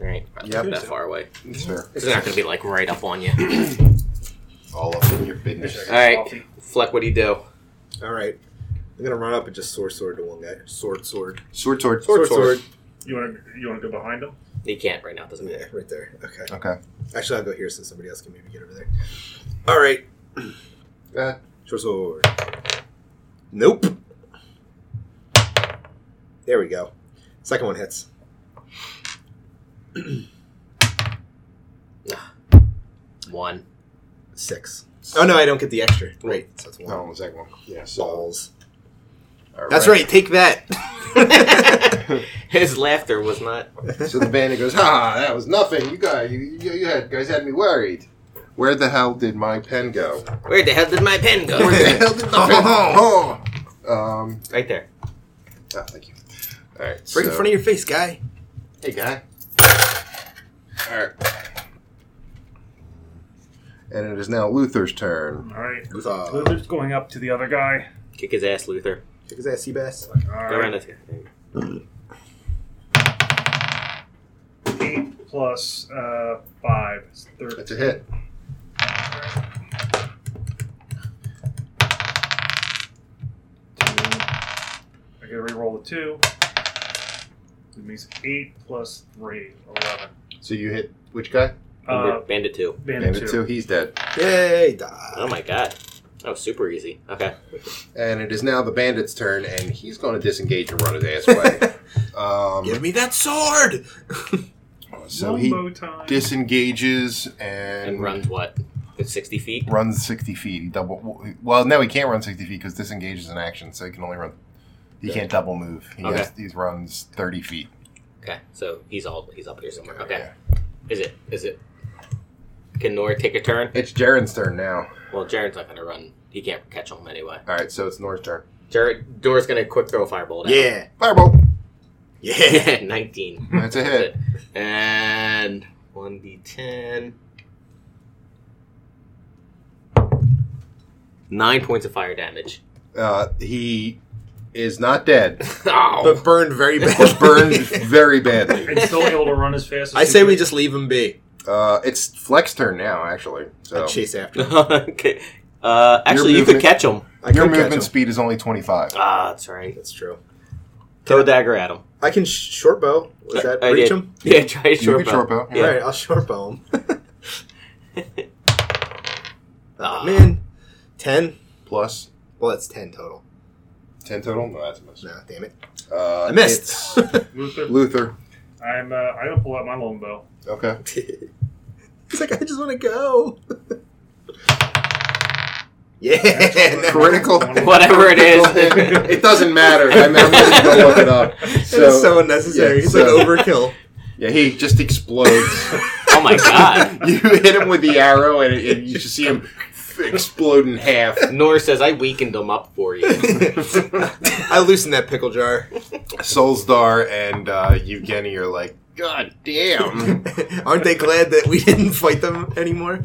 B: All right, probably not
C: Yep.
B: that far away.
C: That's fair.
B: They're not going to be like right up on you.
C: All up in your business.
E: Wish I could
B: Alright.
E: coffee.
B: Fleck, what do you do?
D: All right. I'm going to run up and just sword sword to one guy. Sword sword.
C: Sword, sword,
E: You want to you want to go behind them?
B: He can't right now. Doesn't
D: Yeah,
B: matter.
D: right there. Okay.
C: Okay.
D: Actually, I'll go here since somebody else can maybe get over there. All right,
C: Uh,
D: short sword. Nope. There we go. Second one hits.
B: One.
D: Six. Oh no, I don't get the extra. Right, so that's one.
C: no, the second one. Yeah. So.
D: Balls.
C: all
D: That's right. Take that.
B: His laughter was not.
C: So the bandit goes, "Ha! That was nothing. You guys, you, you, you had guys had me worried. Where the hell did my pen go?
B: Where the hell did my pen go?
C: Where the hell did the pen go? Um.
B: right there.
C: Oh, thank you. All right.
D: Right in front of your face, guy.
C: Hey, guy. All right. And it is now Luther's turn.
E: All right.
C: Uh,
D: Kick
E: Luther's going up to the other guy.
B: Kick his ass, Luther.
D: his ass, sea bass.
E: All
B: Go around
E: right.
B: this guy.
E: Eight plus uh, five. It's
C: That's
E: thirty.
C: a hit.
E: I gotta re-roll the two. It means eight plus three, eleven.
C: So you hit which guy?
E: Uh,
B: Bandit 2.
E: bandit,
C: Bandit
E: two.
C: two. He's dead.
D: Yay, die.
B: Oh my god. That was super easy. Okay.
C: And it is now the bandit's turn, and he's going to disengage and run his ass away.
D: Give
C: um,
D: me that sword!
C: so
E: One
C: he
E: more time.
C: disengages and,
B: And runs what? Good 60 feet?
C: runs 60 feet. He double. Well, no, he can't run 60 feet because disengage is an action, so he can only run. He can't double move. He,
B: Okay.
C: has, he runs 30 feet.
B: Okay. So he's all he's up here somewhere. Okay. Is it is it can Nora take a turn?
C: It's Jaren's turn now.
B: Well Jaren's not gonna run. He can't catch him anyway.
C: All right, so it's Nora's turn.
B: Jared Nora's gonna quick throw a fireball down.
D: Yeah.
C: Fireball.
D: Yeah.
B: nineteen.
C: That's a hit.
B: And one D ten. Nine points of fire damage.
C: Uh, he is not dead,
B: Ow.
D: But burned very
C: but
D: bad.
C: burned very badly.
E: and still able to run as fast as
D: I
E: he
D: say we
E: can.
D: just leave him be.
C: Uh, it's Flex turn now, actually. So
D: I chase after him.
B: okay. Uh, actually,
C: Your
B: you could
C: movement-
B: catch him.
D: I
C: your
D: could catch
C: movement
D: him.
C: speed is only 25.
B: Ah, that's right.
D: That's true.
B: Throw a dagger at him.
D: I can sh- short bow. Is that
B: I
D: reach
B: did.
D: him?
B: Yeah, try a
C: you
B: short
C: can
B: bow.
C: short bow.
B: Yeah.
D: All right, I'll short bow him.
B: Ah.
D: Aw, Oh, man, ten.
C: Plus
D: Well, that's ten total.
C: 10 total. No, that's a miss.
D: No, damn it,
C: Uh,
D: I missed.
C: it's
E: Luther,
C: Luther.
E: I'm. Uh, I'm gonna pull out my longbow.
C: Okay.
D: it's like I just want to go. yeah,
C: Critical.
B: Whatever it is.
C: it doesn't matter. I'm, I'm just going to look it up. So,
D: it's so unnecessary.
C: yeah,
D: It's
C: so-
D: like overkill.
C: yeah, he just explodes.
B: oh my god.
C: you hit him with the arrow, and, it, and you just see him f- explode in half.
B: Nora says, I weakened him up for you.
D: I loosened that pickle jar.
C: Solsdar and uh, Evgeny are like, God damn.
D: Aren't they glad that we didn't fight them anymore?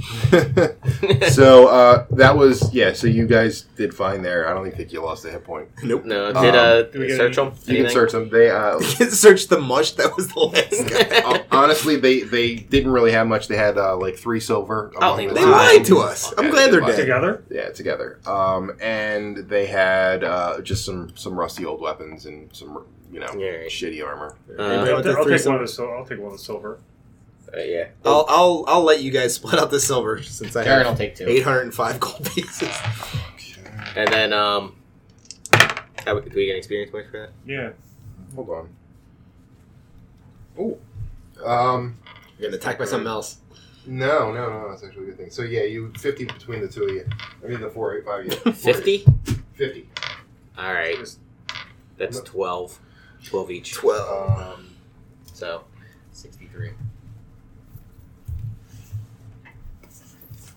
C: so uh, that was yeah. So you guys did fine there. I don't think you lost a hit point.
D: Nope.
B: No,
C: Um,
B: did uh,
E: do we get
B: search
E: any-
B: him?
C: You can search them. They uh,
D: Search the mush. That was the last guy.
C: hon- honestly they they didn't really have much. They had uh, like three silver.
B: Oh,
C: among
B: they
C: the
D: They
C: two.
B: lied.
D: lied to us.
C: Yeah,
D: I'm glad
C: they
D: they're
C: lied.
D: dead.
E: Together.
C: Yeah, together. Um, and they had uh, just some some rusty old weapons and some you know
B: Yeah, right.
C: shitty armor.
B: Uh,
D: Anybody
E: I'll,
D: want the
E: ta- I'll take
D: threesome?
E: one of the. sil- I'll take one of the silver.
B: uh, yeah.
C: Oh,
D: I'll, I'll I'll let you guys split out the silver since I
B: Karen
D: have
B: will take two.
D: 805 gold pieces.
B: And then, um, how, do we get an experience points for
E: Yeah.
C: Hold on. Oh. Um.
D: You're gonna attack by something else.
C: No, no, no, that's actually a good thing. So yeah, you fifty between the two of you. I mean the four, eight, five, yeah.
B: that? 50?
C: Fifty.
B: Alright. That's 12. 12 each.
D: 12.
C: Um,
B: So, 63.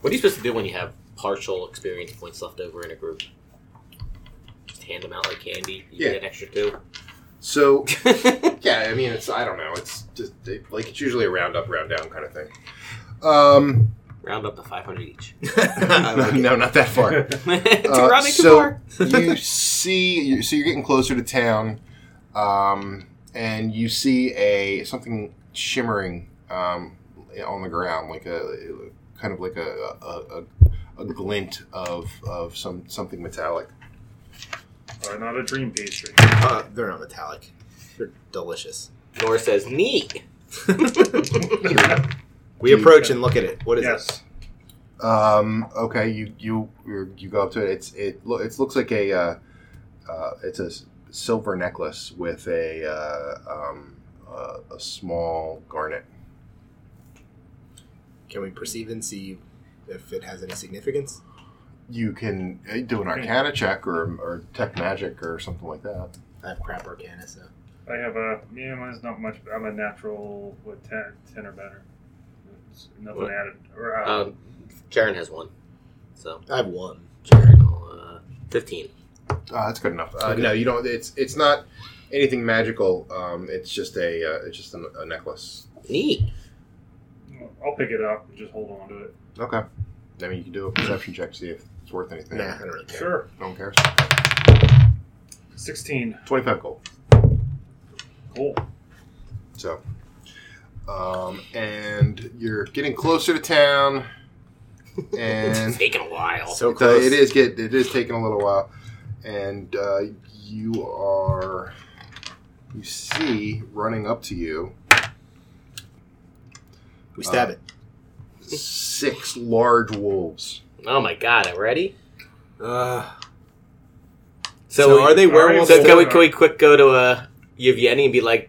B: What are you supposed to do when you have partial experience points left over in a group? Just hand them out like candy. You
C: Yeah.
B: get an extra two.
C: so yeah, I mean it's I don't know, it's just they, like it's usually a round up, round down kind of thing. Um,
B: Round up to 500 each.
D: I like it.
C: no, not that far. Uh,
B: Robbie
C: so-
B: Kumar.
C: you see, you, so you're getting closer to town, um, and you see a something shimmering um, on the ground, like a kind of like a a, a, a glint of of some something metallic.
E: Uh, not a dream pastry.
D: Uh, they're not metallic. They're delicious.
B: Nora says, neat.
D: we approach and look at it. What is it?
E: Yes.
C: Um, okay, you you you're- you go up to it. It's it lo- it looks like a uh, uh, it's a s- silver necklace with a uh, um, uh, a small garnet.
D: Can we perceive and see if it has any significance?
C: You can uh, do an Arcana check or or Tech Magic or something like that.
D: I have crap arcana, so.
E: I have a. Yeah, mine's not much. I'm a natural with ten, 10 or better. It's nothing
B: What?
E: added. Or, uh,
B: Um, Jaren has one. So,
D: I have one.
B: Jaren will, uh, 15.
C: Uh, that's good enough. Uh,
D: Okay.
C: No, you don't. It's it's not anything magical. Um, it's just a uh, it's just a, a necklace.
B: Neat.
E: I'll pick it up and just hold on to it.
C: Okay. Hmm. I mean, you can do a perception check to see if it's worth anything.
D: Nah, I don't really care.
E: Sure.
C: No one cares.
E: 16.
C: Twenty five gold.
E: Cool.
C: So, um, and you're getting closer to town,
B: It's
C: and
B: taking a while.
D: So
C: it, uh,
D: close.
C: it is get it is taking a little while, and uh, you are you see running up to you
D: We stab
C: Uh,
D: it.
C: Six large wolves.
B: Oh my god, already?
F: Uh,
B: So,
F: So
B: we-
F: are they
E: All right,
F: werewolves
B: So can
E: still?
B: we can we quick go to uh Yevgeny and be like,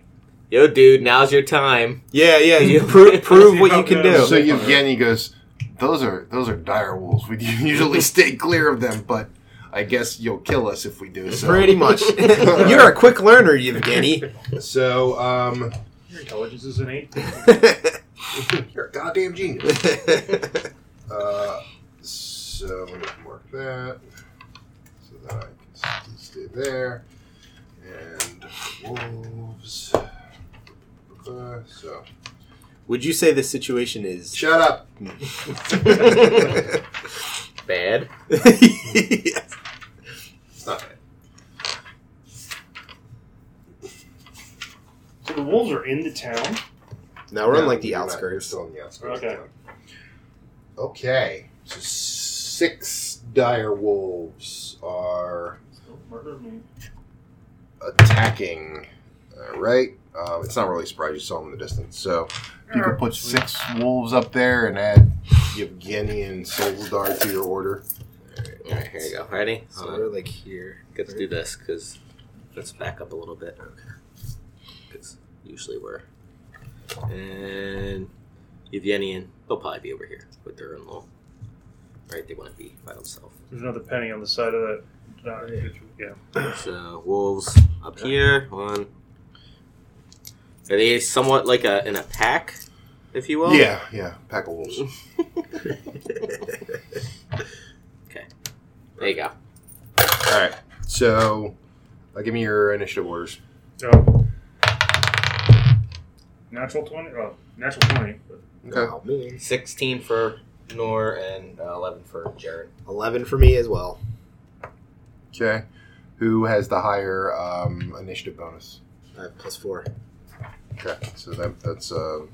B: "Yo, dude, now's your time."
F: yeah, yeah. You
B: You-
F: prove prove
E: See
F: what
E: how
F: you can
E: good
F: do.
E: it
C: So
E: Okay.
C: Yevgeny goes, "Those are those are dire wolves. We usually stay clear of them, but I guess you'll kill us if we do." So,
F: Pretty much. You're a quick learner, Yevgeny.
C: so um,
E: Your intelligence is an eight.
C: you're a goddamn genius. Uh, so I'm gonna mark that so that I can st- stay there. And wolves. Uh, So
F: Would you say this situation is?
C: shut up.
B: Bad.
F: Yes.
C: It's not bad.
E: So the wolves are in the town.
F: Now we're on
C: No,
F: like the
C: we're not. We're
F: outskirts.
C: Still on the outskirts. of
E: Okay.
C: town. Okay. So six dire wolves are
E: Don't murder me.
C: attacking. All right. Um, it's not really a surprise you saw them in the distance. So you could put six wolves up there and add Yevgeny and Solzadar to your order.
B: All right, here you go. Ready?
F: So
B: Hold
F: we're
B: on.
F: like here.
B: Let's do this because let's back up a little bit. Because usually we're and Yevgeny and they'll probably be over here with their own little. Right, they want to be by themselves.
E: There's another penny on the side of that. Not yeah.
B: So wolves up here. One. Are they somewhat like a in a pack, if you will?
C: yeah, yeah. Pack of wolves.
B: There you go.
C: All right. So uh, give me your initiative orders.
E: Oh. Natural twenty. Oh, natural twenty.
C: Okay.
F: Wow, man.
B: Sixteen for Nor and uh, eleven for Jared.
F: Eleven for me as well.
C: Okay. Who has the higher um, initiative bonus?
F: I have plus four.
C: Okay, so that, that's um,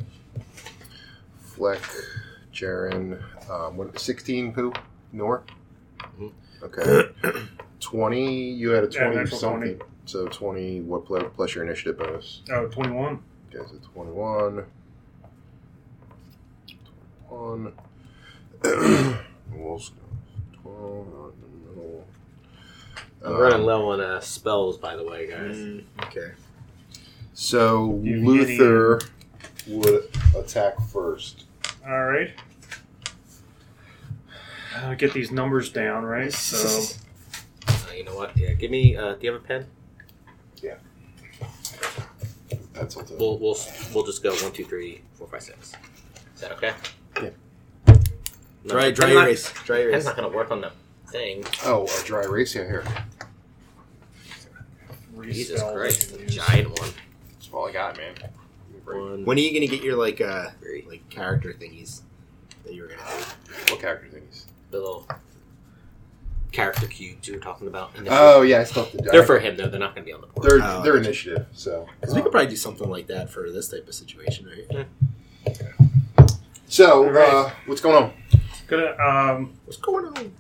C: Fleck, Jaren, um, what, 16 poo? Nor?
B: Mhm.
C: Okay. 20, you had a
E: Yeah,
C: 20
E: natural
C: something. So 20, what plus, plus your initiative bonus?
E: Oh, 21.
C: Okay, so 21. 21. Wolves, 12, not in the middle.
B: I'm
C: Um,
B: running low on uh, spells, by the way, guys.
D: Mm.
F: okay.
C: So
E: You idiot.
C: Luther would attack first.
E: All right. Uh, get these numbers down, right? So
B: Uh, you know what? Yeah, give me. Uh, do you have a pen?
C: That's what the-
B: We'll we'll we'll just go one, two, three, four, five, six. Is that okay?
C: Yeah.
B: No,
F: Dry, dry
B: pen's not-
F: erase. Dry
B: Pen's
F: erase.
B: not gonna work on the thing.
C: Oh, a dry erase yeah, here.
E: three
B: Jesus
E: spells
B: Christ,
E: we
B: the
E: can use.
B: giant one.
C: That's all I got, man.
B: One,
F: When are you gonna get your like uh
B: three.
F: like character thingies that you were gonna do?
C: What character thingies?
B: The little character cubes you were talking about. And
C: Oh yeah, I still have to die.
B: they're for him though. They're not gonna be on the board.
C: They're,
F: Oh,
C: they're
F: okay.
C: initiative, so.
F: Because we could probably do something like that for this type of situation, right?
C: So,
E: All right.
C: uh, what's going on?
E: Gonna um.
F: What's going on?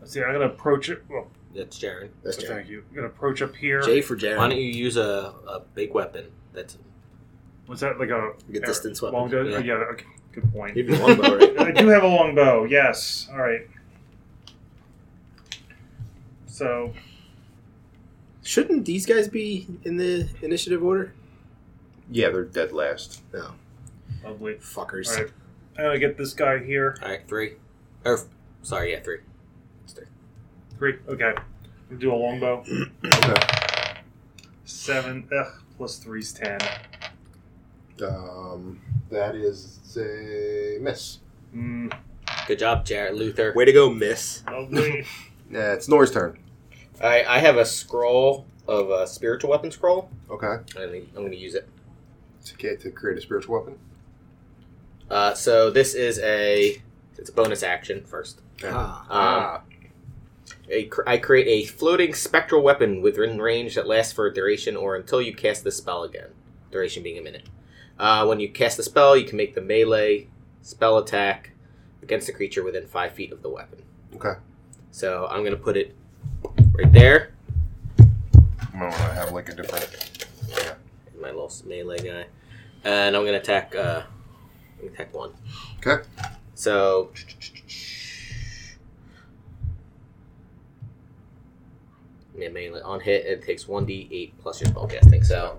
E: Let's see. I'm gonna approach it. Well,
B: That's Jared.
F: That's Jared.
E: thank you. I'm gonna approach up here.
F: J for
B: Why don't
F: Jared.
B: you use a, a big weapon? That's
E: Was that like a
F: Get distance weapon.
E: Long dose?
B: Yeah.
E: Yeah. Okay. Good point.
F: Give you one bow, right?
E: I do have a long bow. Yes. All right. So
F: Shouldn't these guys be in the initiative order?
C: Yeah, they're dead last.
E: lovely.
F: Fuckers.
E: All right. I'm gonna get this guy here.
B: all right. Three, or f- sorry, yeah, three.
E: Three. Okay. We'll do a longbow.
C: Okay.
E: Seven. Ugh. Plus three's ten.
C: Um, that is a miss.
E: Mm,
B: Good job, Jared Luther.
F: Way to go, miss.
E: lovely.
C: Yeah, it's Nor's turn.
B: I I have a scroll of a spiritual weapon scroll,
C: Okay.
B: and I'm gonna use it.
C: To, ca- to create a spiritual weapon.
B: Uh, so this is a it's a bonus action first.
F: Ah.
B: Um, a cr- I create a floating spectral weapon within range that lasts for a duration or until you cast the spell again. Duration being a minute. Uh, when you cast the spell, you can make the melee spell attack against a creature within five feet of the weapon.
C: Okay.
B: So I'm gonna put it right there.
C: I want to have like a different.
B: My little melee guy, and I'm gonna attack uh, Let me attack one.
C: Okay.
B: So. Yeah, mainly on hit, it takes 1d8 plus your spell casting. So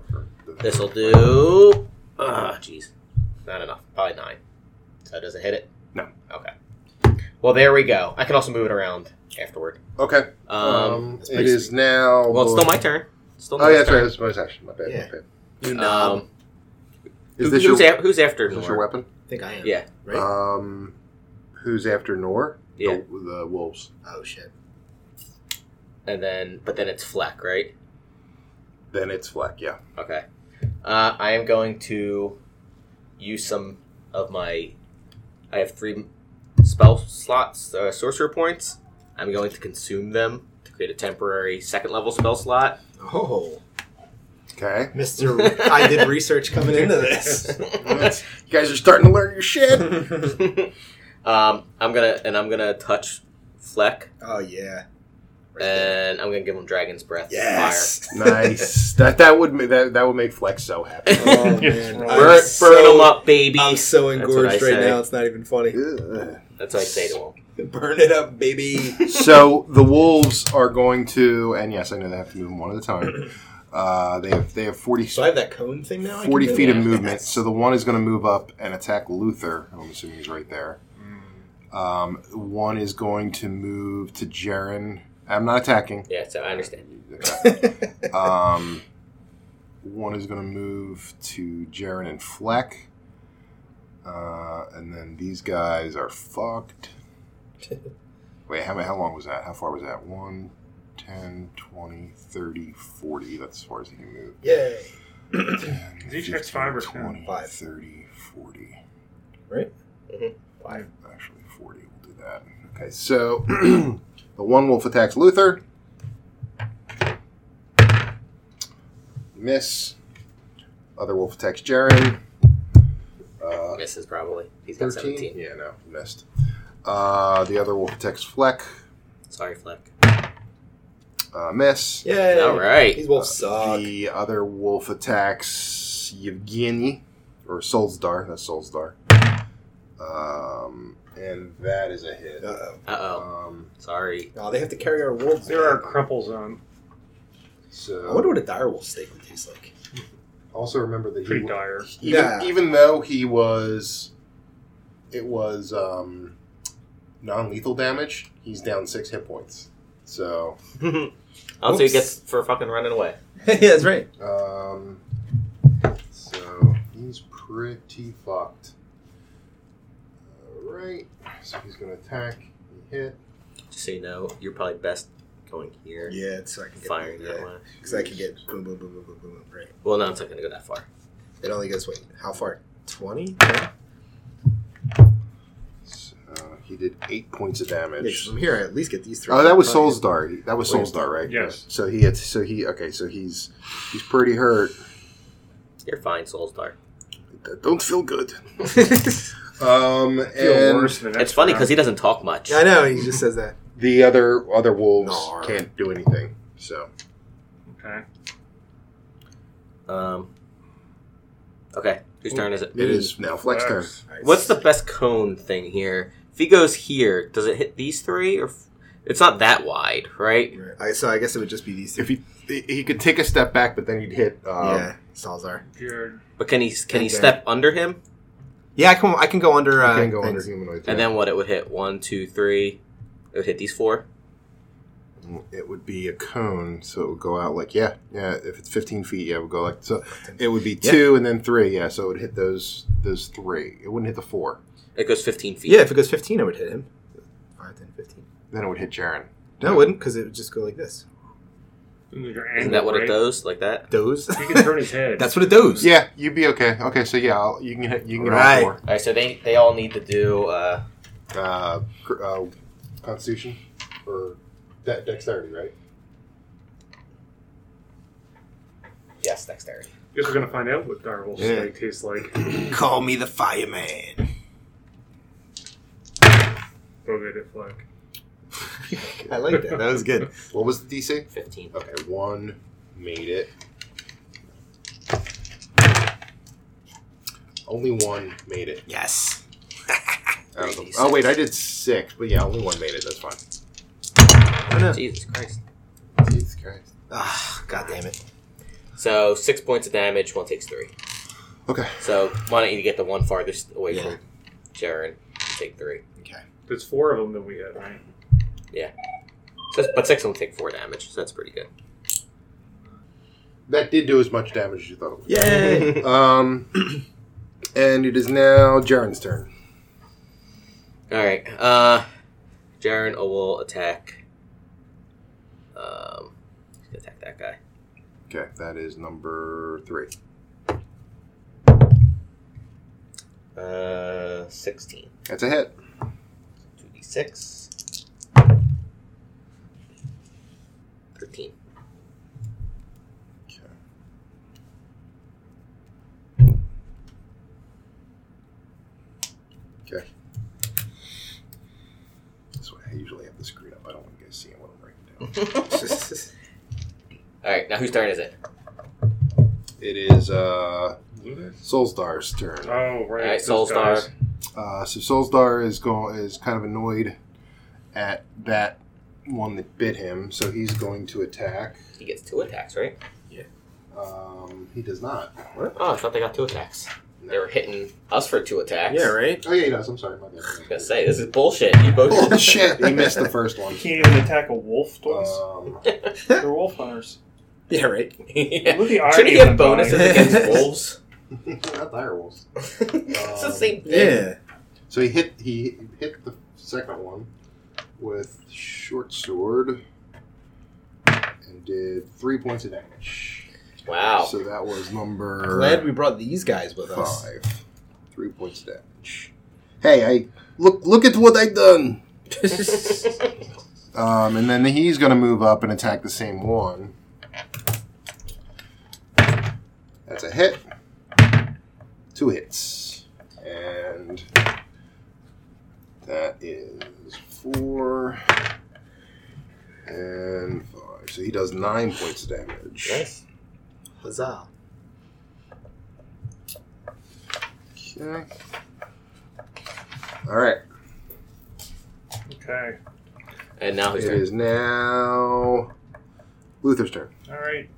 B: this will do. Ah, jeez. Not enough. Probably 9. So does it hit it?
C: No.
B: Okay. Well, there we go. I can also move it around afterward.
C: Okay.
B: Um,
C: Um,
B: it's
C: it
B: pretty-
C: is now.
B: Well, it's still my turn. It's still
C: Oh yeah,
B: Noah's
C: that's right.
B: turn.
C: It's my action. My bad.
D: Yeah.
C: My bad.
D: You knob.
B: Um,
C: Is
B: who-
C: this your,
B: who's, a- who's after
C: is this your
B: Nor?
C: weapon?
D: I think I am.
B: Yeah.
D: Right?
C: Um, who's after Nor?
B: Yeah.
C: The, the wolves.
D: oh, shit.
B: And then, but then it's Fleck, right?
C: Then it's Fleck. Yeah.
B: Okay. Uh, I am going to use some of my. I have three spell slots, uh, sorcerer points. I'm going to consume them to create a temporary second level spell slot.
D: Oh,
C: Okay.
D: Mister, I did research coming into this.
C: You guys are starting to learn your shit.
B: um, I'm gonna and I'm gonna touch Fleck,
D: Oh yeah,
B: Uh,
D: Right there.
B: and I'm gonna give him Dragon's Breath.
D: yes.
C: nice. That that would ma- that, that would make Fleck so happy.
F: Oh,
E: Yes,
F: man.
E: right.
F: I'm
B: Fire. Burn,
F: so-
B: burn him up, baby.
F: I'm so
B: That's
F: engorged
B: what I
F: right
B: say.
F: now. It's not even funny.
C: Ugh.
B: That's what I say to him.
D: Burn it up, baby.
C: so the wolves are going to, and yes, I know they have to move them one at a time. Uh, they have they have forty
D: So I have that cone thing now. I can
C: 40
D: do?
C: feet of
D: Yeah.
C: movement, so the one is going to move up and attack Luther. I'm assuming he's right there.
D: Mm.
C: Um, one is going to move to Jaren. I'm not attacking.
B: Yeah, so I understand.
C: Okay. um, one is going to move to Jaren and Fleck. Uh, and then these guys are fucked. Wait, how, how long was that? How far was that? 1, 10, 20, 30, 40. That's as far as he can move.
D: Yay.
E: Is each X five or
C: 20,
D: Five.
C: 30, 40.
D: Right? Mm-hmm.
B: Mhm.
D: Five.
C: Actually, 40. We'll do that. Okay, so the one wolf attacks Luther. Miss. Other wolf attacks Jaren. Uh,
B: Misses probably. He's got
C: 13.
B: 17.
C: Yeah, no, missed. Uh, the other wolf attacks Fleck.
B: Sorry, Fleck.
C: Uh, miss.
D: Yay.
B: All right.
D: These wolves suck.
C: The other wolf attacks Yevgeny, or Solsdar. That's Solsdar. Um, and that is a hit.
D: Uh oh.
B: Uh oh.
C: Um,
B: Sorry.
D: Oh, they have to carry our wolves.
E: There are
D: back.
E: crumple zone.
C: so
D: I wonder what a direwolf steak would taste like.
C: also remember that he,
E: Pretty dire.
C: even,
D: Yeah.
C: even though he was, it was um, non-lethal damage. He's down six hit points. So
B: Also, he
D: Oops.
B: gets for fucking running away.
D: yeah, that's right.
C: Um, so he's pretty fucked. Alright, so he's gonna attack, hit.
B: Just so you know, you're probably best going here,
D: Yeah, so I can get
B: firing that
D: yeah.
B: way.
D: Because I can get boom, boom, boom, boom, boom, boom, boom. Right.
B: Well, no, it's not going to go that far.
D: It only goes wait, how far? Twenty.
C: So he did eight points of damage.
D: From here, I at least get these three.
C: Oh, that was
D: Fuck it.
C: Soulsdar. That was Soulsdar, right?
E: Yes.
C: So he hits. So he okay. So he's he's pretty hurt.
B: You're fine, Soulstar.
C: Don't feel good. Um,
E: I Feel
C: and
E: worse than
B: It's funny because he doesn't talk much.
D: Yeah, I know. He just says that.
C: the other other wolves
D: Gnar.
C: can't do anything. So
E: Okay.
B: Um, okay, whose turn is it?
C: it is now Flex turn.
D: Nice.
B: What's the best cone thing here? If he goes here, does it hit these three? Or f- it's not that wide, right?
D: Right. I, so I guess it would just be these
C: If
D: three.
C: he he could take a step back, but then he'd hit. Um,
D: yeah, Salzar.
E: Jared.
B: But can he can he
D: Okay.
B: step under him?
D: Yeah, I can. I can go under.
C: he
D: Uh,
C: can go under
D: things.
C: humanoid.
B: And then what? It would hit one, two, three. It would hit these four.
C: it would be a cone, so it would go out like yeah, yeah. If it's fifteen feet, yeah, it would go like so. It would be
D: Yeah.
C: two and then three, yeah. So it would hit those those three. It wouldn't hit the four.
B: It goes fifteen feet.
D: Yeah, if it goes fifteen, I would hit him. 5, 10, 15.
C: Then it would hit Jaren.
D: No, it wouldn't, because it would just go like this.
B: Isn't that what it does? Like that?
D: Doze.
E: He can turn his head.
D: That's what it does.
C: Yeah, you'd be okay. Okay, so yeah, I'll, you can hit you can get
D: Right.
C: all
B: All right. So they they all need to do. Uh,
C: four. Uh, cr- uh, Constitution or de- dexterity, right?
B: yes, dexterity.
E: Guess we're gonna find out what direwolf
D: Yeah.
E: snake tastes like.
D: Call me the fireman.
E: Go get it, Fleck.
D: I like that. That was good.
C: What was the DC?
B: Fifteen.
C: Okay, one made it. Only one made it.
D: Yes.
C: Out of them. Oh wait, I did six, but yeah, only one made it. That's fine.
F: I know.
B: Jesus Christ.
C: Jesus Christ.
D: Ah, God damn it.
B: So six points of damage. One takes three.
C: Okay.
B: So why don't you get the one farthest away
D: Yeah.
B: from Jaren? Take three.
E: There's four of them that we had, right?
B: So, but six of them take four damage. So that's pretty good.
C: That did do as much damage as you thought it would.
F: Yay!
C: Um, and it is now Jaren's turn.
B: All right. Uh, Jaren will attack. Um, he's gonna attack that guy.
C: Okay, that is number three.
B: Uh, sixteen.
C: That's a hit.
B: Two d six. Thirteen.
C: Okay. Okay. That's why I usually have the screen up. I don't want you guys seeing what I'm writing down.
B: All right. Now whose turn is it?
C: it is uh, Solstar's turn.
E: Oh, right.
B: Alright,
E: those
B: Soul Star.
E: guys.
C: Uh, so Solstar is going is kind of annoyed at that one that bit him, so he's going to attack.
B: He gets two attacks, right?
C: Um, he does not.
B: Oh, I thought they got two attacks.
C: No.
B: They were hitting us for two attacks.
F: yeah, right.
C: Oh yeah, he does. I'm sorry. My bad.
B: I was gonna say this is bullshit. You both
C: Bullshit. he missed the first one.
E: You can't even attack a wolf twice.
C: Um,
E: They're wolf hunters.
F: Yeah, right.
B: yeah.
E: Look at the irony
B: Shouldn't you
E: of
B: have
E: the bonus.
B: bonuses against wolves?
C: not direwolves.
B: it's the same thing.
F: Yeah.
C: So he hit he hit the second one with short sword and did three points of damage.
B: Wow.
C: So that was number
D: Glad we brought these guys with us.
C: five. Three points of damage. Hey, I look look at what I done. Um, and then he's gonna move up and attack the same one. That's a hit. Two hits. And that is four and five. So he does nine points of damage.
B: nice.
D: Huzzah.
C: Okay. All right.
E: Okay.
B: And now
C: It
B: who's
C: is
B: turn?
C: now Luther's turn.
E: All right.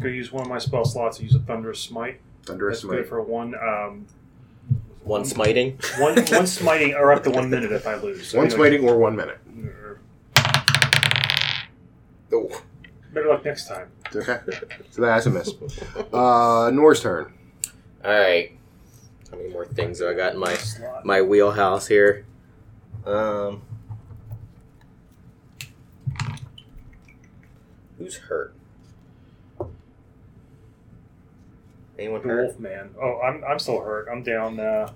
E: Gonna use one of my spell slots to use a thunderous smite.
C: Thunderous
E: That's good
C: Smite.
E: for one. Um,
B: One smiting.
E: One, one smiting, or up to one minute if I lose. So
C: One
E: anyway,
C: smiting or one minute.
E: er,
B: Oh.
E: Better luck next time.
C: Okay. So that's a miss. Uh, Nor's turn.
B: All right. How many more things do I got in my
E: Slot.
B: my wheelhouse here? Um. Who's hurt? Anyone
E: The
B: hurt?
E: wolf man. Oh, I'm, I'm still hurt. I'm down. Uh,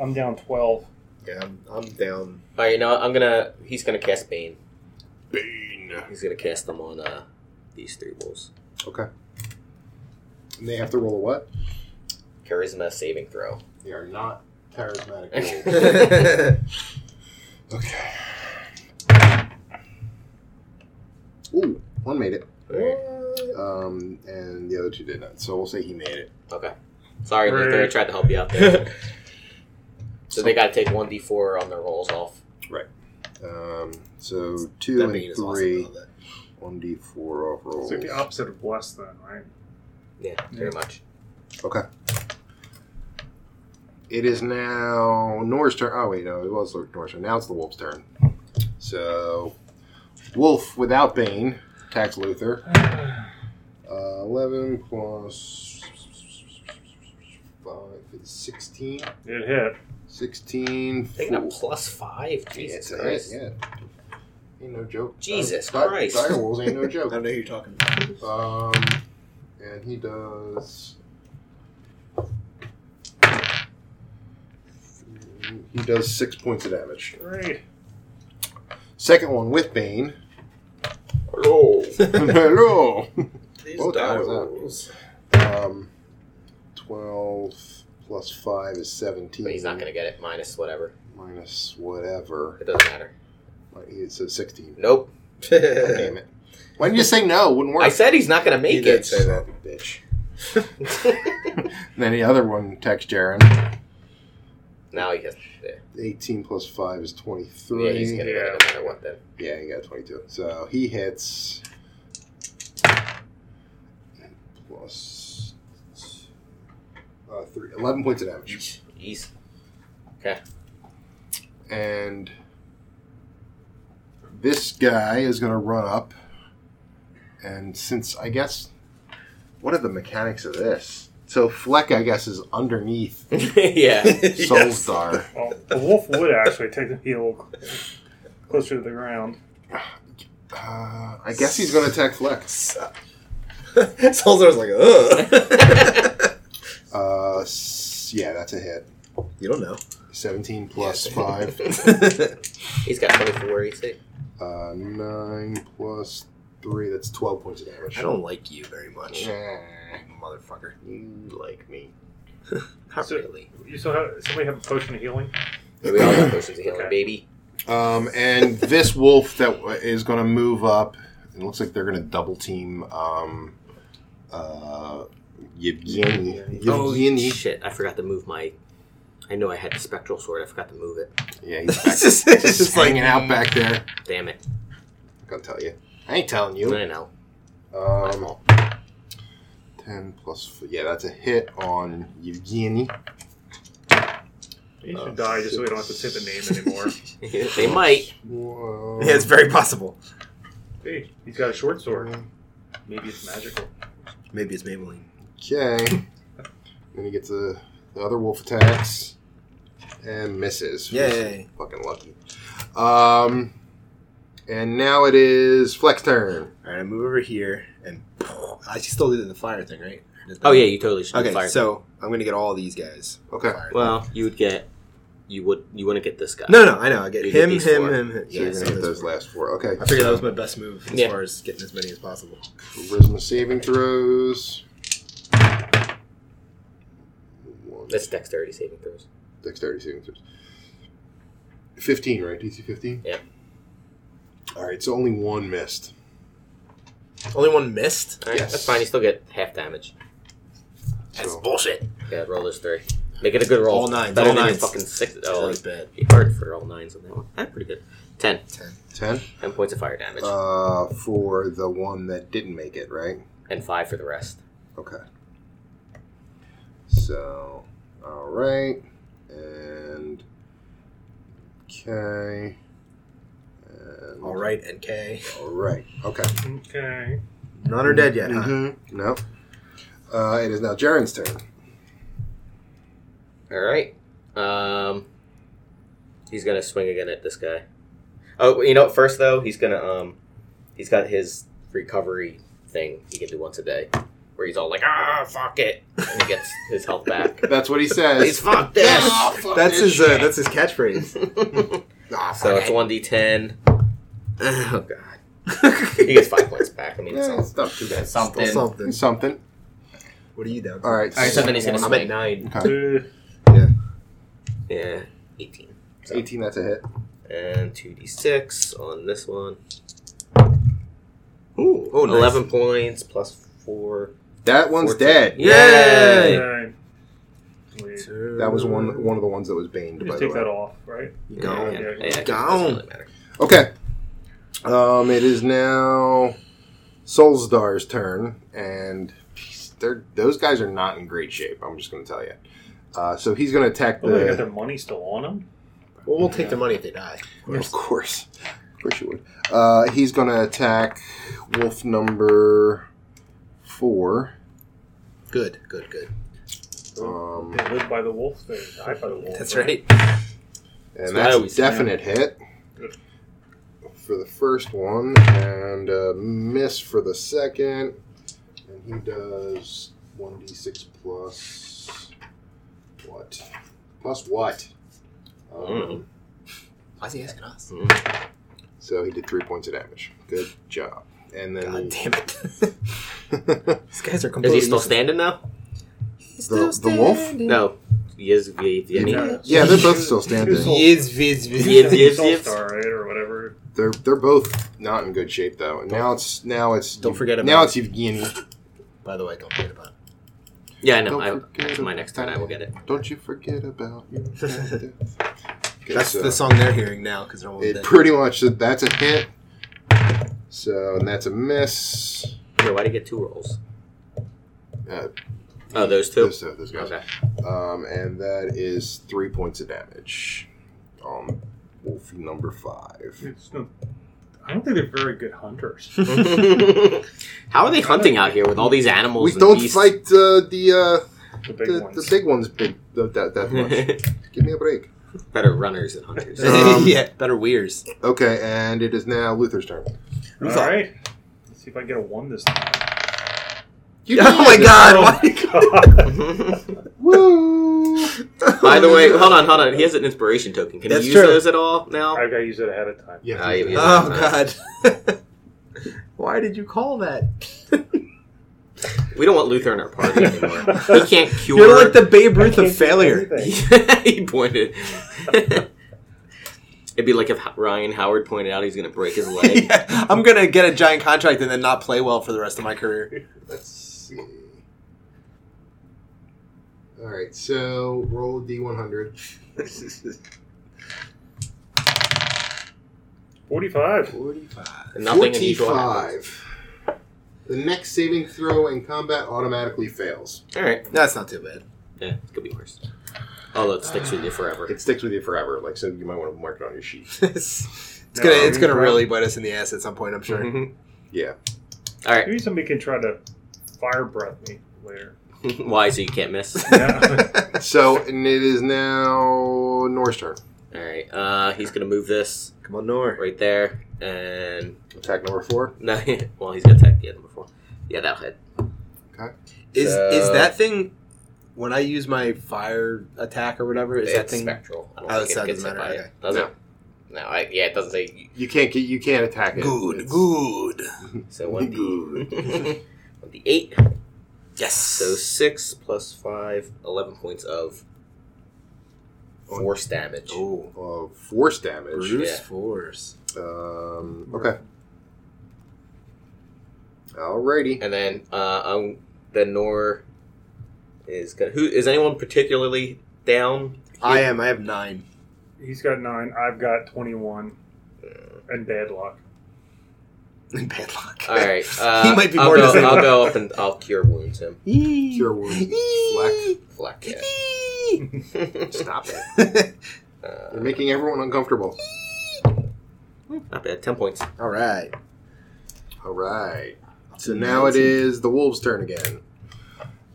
E: I'm down twelve.
D: Yeah, I'm, I'm down.
B: All right, you know what? I'm gonna. He's gonna cast Bane.
C: Bane.
B: He's gonna cast them on uh, these three wolves.
C: Okay. And they have to roll a what?
B: Charisma saving throw.
C: They are not charismatic. rolls.
B: That's
C: okay. Ooh, one made it. Um, and the other two did not. So we'll say he made it.
B: Okay. Sorry,
E: Right.
B: Luther. I tried to help you out there. so they got to take one d4 on their rolls off.
C: Um, so two
D: That
C: and
D: being is
C: three,
D: awesome. though, that-
C: one d four off
E: It's
C: rolls.
E: like the opposite of bless, then, right?
B: Yeah, pretty much.
C: It is now Nor's turn. Oh wait, no, it was Nor's turn. Now it's the wolf's turn. So, wolf without Bane attacks Luther. Uh, 11 plus 5 is 16.
E: It hit.
C: 16.
B: They got
C: four-
B: plus five.
C: Yeah,
B: Jesus
C: it's a hit,
B: Christ.
C: yeah. Ain't no joke. Uh,
B: Jesus
C: Dire-
B: Christ.
C: Direwolves ain't no
D: I don't
C: joke.
D: know who you're talking about.
C: Um, and he does. He does six points of damage.
E: Great.
C: Second one with Bane.
B: Hello.
C: Hello.
D: These
C: What the hell is that?
D: dolls.
C: Um, 12 plus 5 is 17.
B: But he's not gonna get it. Minus whatever.
C: Minus whatever.
B: It doesn't matter.
C: So 16.
B: Nope.
C: God damn it. Why didn't you say no? Wouldn't work.
B: I said he's not gonna make
D: He did
B: it.
D: say that.
C: Bitch. And then the other one attacks Jaren.
B: now he has. Yeah,
C: 18 plus 5 is
B: yeah
C: 23.
B: he's gonna get it no matter what. Then
C: Yeah, he got 22. So he hits. Plus. Uh, three, 11 points of damage.
B: he's, he's
C: And. This guy is going to run up. And since, I guess. What are the mechanics of this? So Fleck, I guess, is underneath
B: yeah.
C: Solstar.
E: Well, the wolf would actually take the heel closer to the ground.
C: Uh, I guess he's going to attack Fleck.
F: Solzar was like, ugh.
C: Uh, s- yeah, that's a hit.
F: you don't know.
C: 17 plus 5.
B: He's got twenty four AC.
C: Uh, 9 plus 3. That's 12 points of damage.
F: I don't like you very much,
C: Eh,
F: motherfucker.
C: you like me.
F: Not
E: So-
F: really.
E: You still have somebody have a potion of healing?
B: Yeah, We all got potions of healing,
E: Okay.
B: baby.
C: Um, and this wolf that w- is going to move up. It looks like they're going to double team um, uh, Yevgeny. Yevgeny.
B: Oh, shit! I forgot to move my. I know I had the spectral sword. I forgot to move it.
C: Yeah, he's back.
F: It's just,
C: He's just hanging out back there.
B: Damn it!
C: I can't tell you. I ain't telling you.
B: I know. My
C: Um,
B: fault.
C: 10 plus, f- yeah, that's a hit on Yevgeny.
E: You should
C: Uh,
E: die just so we don't have to say the name anymore.
B: they might.
C: Whoa.
F: Yeah, it's very possible.
E: hey, he's got a short sword. Maybe it's magical.
F: Maybe it's Maybelline.
C: Okay. then he gets a, the other wolf attacks and misses.
F: Yay.
C: Fucking lucky. Um, and now it is Flex turn.
F: All right, I move over here and I still did the fire thing, right?
B: Oh yeah, you totally should.
F: Okay,
B: fire.
F: so I'm gonna get all these guys.
C: Okay.
F: Fired.
B: well, you would get. You would. You wouldn't get this guy.
F: No, no, I know. I get
B: You get
F: him, him,
B: these four.
F: him, him.
C: So you're
F: so
C: gonna hit
F: those
C: those
F: four.
C: last four. Okay.
F: I figured that was my best move as
B: Yeah.
F: far as getting as many as possible.
C: Charisma saving throws. One,
B: That's dexterity saving throws.
C: dexterity saving throws. 15, right? DC 15?
B: Yep.
C: Alright, so only one missed.
F: Only one missed.
B: All right,
C: Yes.
B: that's fine. You still get half damage.
F: That's
C: So-
F: bullshit.
B: Yeah, roll those three. Make it a good roll.
F: All nines,
B: Better
F: all
B: than your
F: nines.
B: fucking six.
F: Oh,
B: Oh,
F: that was bad.
B: it's hard for all nines on that one. That's pretty good. Ten.
C: 10?
B: Ten points of fire damage
C: Uh, for the one that didn't make it, right?
B: and five for the rest.
C: Okay. So, all right, and okay, and
F: All right, NK.
C: all right, okay.
E: Okay.
F: None are dead yet, huh?
C: Mhm. No. Uh, it is now Jaren's turn.
B: All right. Um, he's gonna swing again at this guy. Oh, you know what? First though, he's gonna um, he's got his recovery thing he can do once a day, where he's all like, ah, fuck it, and he gets his health back.
C: That's what he
B: he's
C: says.
B: fuck this.
C: Ah, fuck
F: That's
C: this
F: his. Uh,
C: shit.
F: that's his catchphrase.
C: Ah, fuck
B: so
C: it.
B: it's one d10. Oh god, he gets five points back. I mean, it's
C: Yeah,
B: all-
C: it's not too bad.
B: something.
F: something.
C: Something.
F: What are you down?
C: All right.
B: All right, so then he's gonna
F: I'm at
B: swing.
F: nine.
C: Okay.
E: Uh,
B: Yeah, eighteen.
C: Eighteen. That's a hit.
B: and 2d6 on this one.
F: Ooh, oh, nice.
B: 11 points plus 4.
C: That one's
B: 14.
C: dead.
F: Yay!
E: okay. Wait,
C: That was one one of the ones that was baned. by
E: Just
C: the
E: take
C: way.
E: that off, right?
B: Yeah,
F: Go.
E: Yeah,
B: yeah, it
F: Gone.
B: doesn't really matter.
C: Okay. Um, it is now Solzdar's turn, and they're, those guys are not in great shape. I'm just going to tell you. Uh, so he's going to attack
E: Oh, they got
C: the.
E: their money still on them.
F: Well, we'll take the money if they die.
C: of course, of course you would. Uh, he's going to attack Wolf number four.
F: Good, good, good.
C: Um,
E: They live by the wolf. They die by the wolf.
F: That's right.
C: and
B: what I
C: that's a
B: always say.
C: definite hit for the first one, and a miss for the second. And he does 1d6 plus. What? Plus what? Um,
B: Mm.
F: Why is he asking us?
C: So he did three points of damage. Good job. And
F: God
C: then
F: damn it! These guys are
B: Is he
F: completely.
B: still standing now?
F: He's
C: The- the wolf?
F: standing.
B: No. He is. He, he, he,
E: No.
C: yeah, they're both still standing.
F: He is viz viz.
B: He is-
E: Soul
B: Yes, yes.
E: Star, right, or whatever.
C: They're they're both not in good shape though. And now it's now it's
F: Don't forget
C: now
F: about
C: it's Evgeny.
F: By the way, don't forget about.
B: Yeah, I know.
C: Don't
B: I,
C: forget
B: that's my
C: about
B: next turn. I will get it.
C: Don't you forget about your death. Okay,
D: That's
C: so
D: the song they're hearing now because they're all
C: It
D: dead.
C: pretty much that's a hit. So and that's a miss.
B: Here, why do you get two rolls?
C: Uh,
B: Oh, those two.
C: Those, those guys.
B: Okay.
C: Um, and that is three points of damage. Um, Wolfie number five.
E: It's no, I don't think they're very good hunters.
B: How are they hunting out here with all these animals?
C: We
B: and
C: don't
B: beasts?
C: fight uh, the, uh,
E: The big
C: the
E: ones.
C: the big ones big that, that, that much. Give me a break.
B: Better runners than hunters.
C: Um,
D: yeah, better weirs.
C: Okay, and it is now Luther's turn.
E: All right. Let's see if I get a one this time.
C: You
D: Oh my
C: did it.
D: god! why-
C: Woo!
B: By the way, hold on, hold on. He has an inspiration token. Can
D: That's
B: he use
D: true.
B: those at all now?
E: I've got to use it ahead of time.
C: Yeah.
B: Ah, you- you-
D: Oh god! Why did you call that?
B: We don't want Luther in our party anymore. he can't cure.
D: You're like the Babe
E: I
D: Ruth
E: can't
D: of
E: do
D: failure.
E: anything.
B: he pointed. It'd be like if Ryan Howard pointed out he's going to break his leg.
D: Yeah, I'm gonna get a giant contract and then not play well for the rest of my career.
C: Let's see. All right, so roll d100.
E: 45.
D: 45.
B: Nothing unusual happens.
C: 45. The next saving throw in combat automatically fails.
B: All right.
D: That's not too bad.
B: Yeah, it could be worse. Although it sticks with you forever.
C: It sticks with you forever, like so you might want to mark it on your sheet.
D: it's
E: No,
D: gonna
E: I
D: it's
E: mean, Mm-hmm.
D: gonna
E: bro.
D: really bite us in the ass at some point. I'm sure.
B: Mhm.
C: Yeah.
B: All right.
E: Maybe somebody can try to fire breath me later.
B: Why? So you can't miss.
E: Yeah.
C: So and it is now Nor's turn.
B: All right. Uh, he's gonna move this
D: Come on, Nor.
B: right there, and
C: Attack number four.
B: no, well, he's gonna attack the other before. Yeah, that'll hit.
D: Is
B: So-
D: is that thing when I use my fire attack or whatever? Is that
B: It's
D: thing?
B: spectral? I don't
D: Oh,
B: think
D: so
B: it
D: it
B: gets
D: doesn't
B: hit
D: matter,
B: by
D: okay.
B: it. Does
C: No.
B: it? No. I, yeah, it doesn't say.
C: You can't get you can't attack it.
D: Good,
C: It's-
D: good.
B: So one d
C: Good.
B: one d eight.
D: Yes.
B: So six plus five, 11 points of force damage.
D: oh,
C: Uh, force damage.
D: Bruce
B: Yeah.
D: Force.
C: Um, okay. Alrighty.
B: And then uh, um, the Nor is gonna. Who is anyone particularly down?
D: I am. I have nine.
E: He's got 9. I've got 21. And bad luck.
D: Bad luck.
B: All right, uh,
D: he might be
B: I'll
D: more
B: go,
D: disabled.
B: I'll go up and I'll cure wounds him.
C: Cure wounds.
B: Fleck yeah.
C: Stop it. You're
B: uh,
C: making everyone uncomfortable.
B: not bad. Ten points.
D: All right.
C: All right. So now it is the wolves' turn again,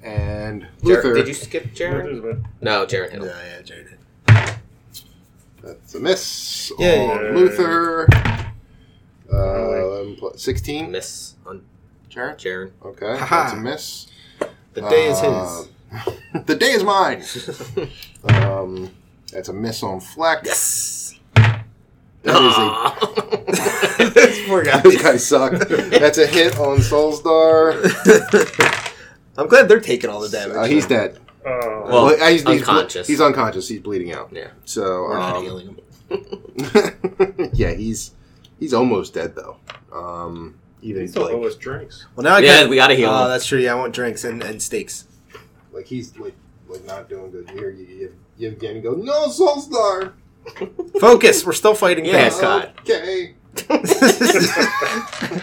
C: and
B: Jer-
C: Luther.
B: did you skip Jaren? No, Jaren hit
D: Yeah,
B: him.
D: yeah, Jared.
C: That's a miss
D: Yay.
C: on Luther. Uh, 11 plus- Sixteen.
B: Miss on
C: Jared.
B: Jaren.
C: Okay,
D: Ha-ha.
C: that's a miss.
D: The day is
C: Uh,
D: his.
C: the day is mine. um, that's a miss on Fleck.
D: Yes.
C: That is a
D: this poor guy.
C: Those guys suck. That's a hit on Soulstar.
D: I'm glad they're taking all the damage.
C: Uh, he's dead.
E: Oh,
B: Well,
C: uh, he's, he's-
B: unconscious.
C: He's, unconscious. He's bleeding out.
B: Yeah.
C: So
D: We're not
C: um,
D: healing him.
C: yeah, he's he's almost dead though. Um, even
E: he's the
C: like,
E: lowest drinks.
D: Well, now I
B: yeah,
D: got.
B: we gotta heal
D: Oh,
B: him.
D: that's true. Yeah, I want drinks and, and steaks.
C: like he's like like not doing good. You hear you, you, you again go no Soulstar.
D: Focus. We're still fighting. Oh
B: Yeah,
D: things.
B: God.
C: Okay,
B: Do you have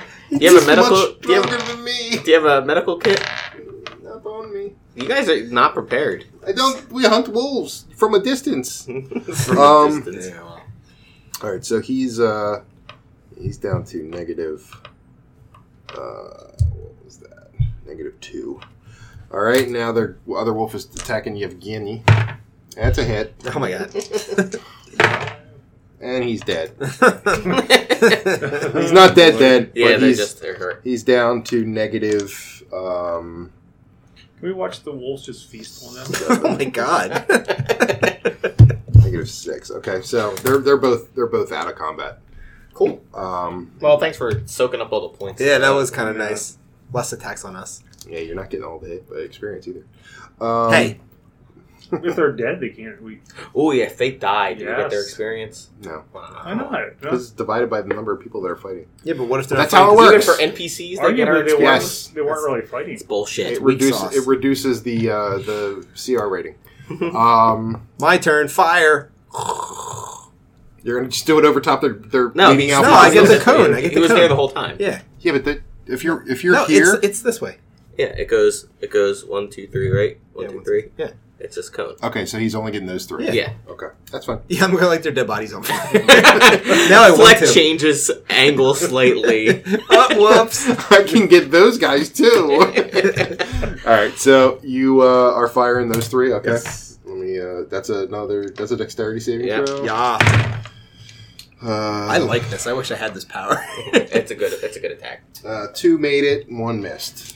B: a
C: He's
B: medical?
C: Much
B: Do you have,
C: stronger than me.
B: do you have a medical kit?
C: Up on me.
B: You guys are not prepared.
C: I don't. We hunt wolves from a distance.
B: From a
C: Um,
B: distance.
D: Yeah, well.
C: All right, so he's uh he's down to negative uh what was that? Negative 2. All right, now their other wolf is attacking Yevgeny. That's a hit
D: Oh my god.
C: and he's dead.
D: All
C: He's not dead dead,
B: yeah,
C: but
B: they're
C: he's
B: just they're hurt.
C: he's down to negative um
E: Can we watch the wolves just feast on them?
D: oh my god.
C: negative 6. Okay, so they're they're both they're both out of combat.
B: Cool.
C: Um
B: Well, thanks for soaking up all the points.
D: Yeah, that was kind of nice. Less attacks on us.
C: yeah, you're not getting all the hit, but experience either. Um,
D: hey,
E: if they're dead, they can't. We
B: Oh yeah, if they die, do you get their
E: Yes.
B: experience?
C: No.
E: why not? No.
C: Because it's divided by the number of people that are fighting.
D: Yeah, but what if they're
C: That's
D: not
C: how it
D: fighting?
B: Even
C: works.
B: for NPCs, they get our
E: Arguably, they
B: experience.
E: weren't,
C: Yes.
E: they weren't really fighting.
B: It's bullshit.
C: It
G: weak
C: reduces
G: sauce.
C: it reduces the uh, the CR rating. um,
D: My turn. Fire.
C: you're gonna just do it over top their their
B: No,
C: meeting
B: he's
C: out.
D: No,
B: not.
D: I
B: He
D: get
B: was
D: the
B: at-
D: cone,
B: He,
D: I get
B: he
D: the
B: was there
D: cone.
B: the whole time. Yeah.
D: Yeah.
C: Yeah, but the, if you're if you're
D: no,
C: here,
D: it's it's this way.
B: it goes. It goes one, two, three, right? One,
D: Yeah,
B: two,
D: one,
B: three.
D: yeah.
B: It's this cone.
C: okay, so he's only getting those three.
D: Yeah.
B: Yeah.
C: Okay, that's fine.
D: Yeah, I'm gonna light their dead bodies on fire.
B: now
D: I want to.
B: changes angle slightly.
D: oh, whoops.
C: I can get those guys too. All right, so you uh, are firing those three. Okay,
D: Yes.
C: let me. Uh, that's another. That's a dexterity saving
B: Yeah.
C: throw.
D: Yeah.
C: Uh,
D: I like this. I wish I had this power.
B: it's a good. It's a good attack.
C: Uh, two made it, and one missed.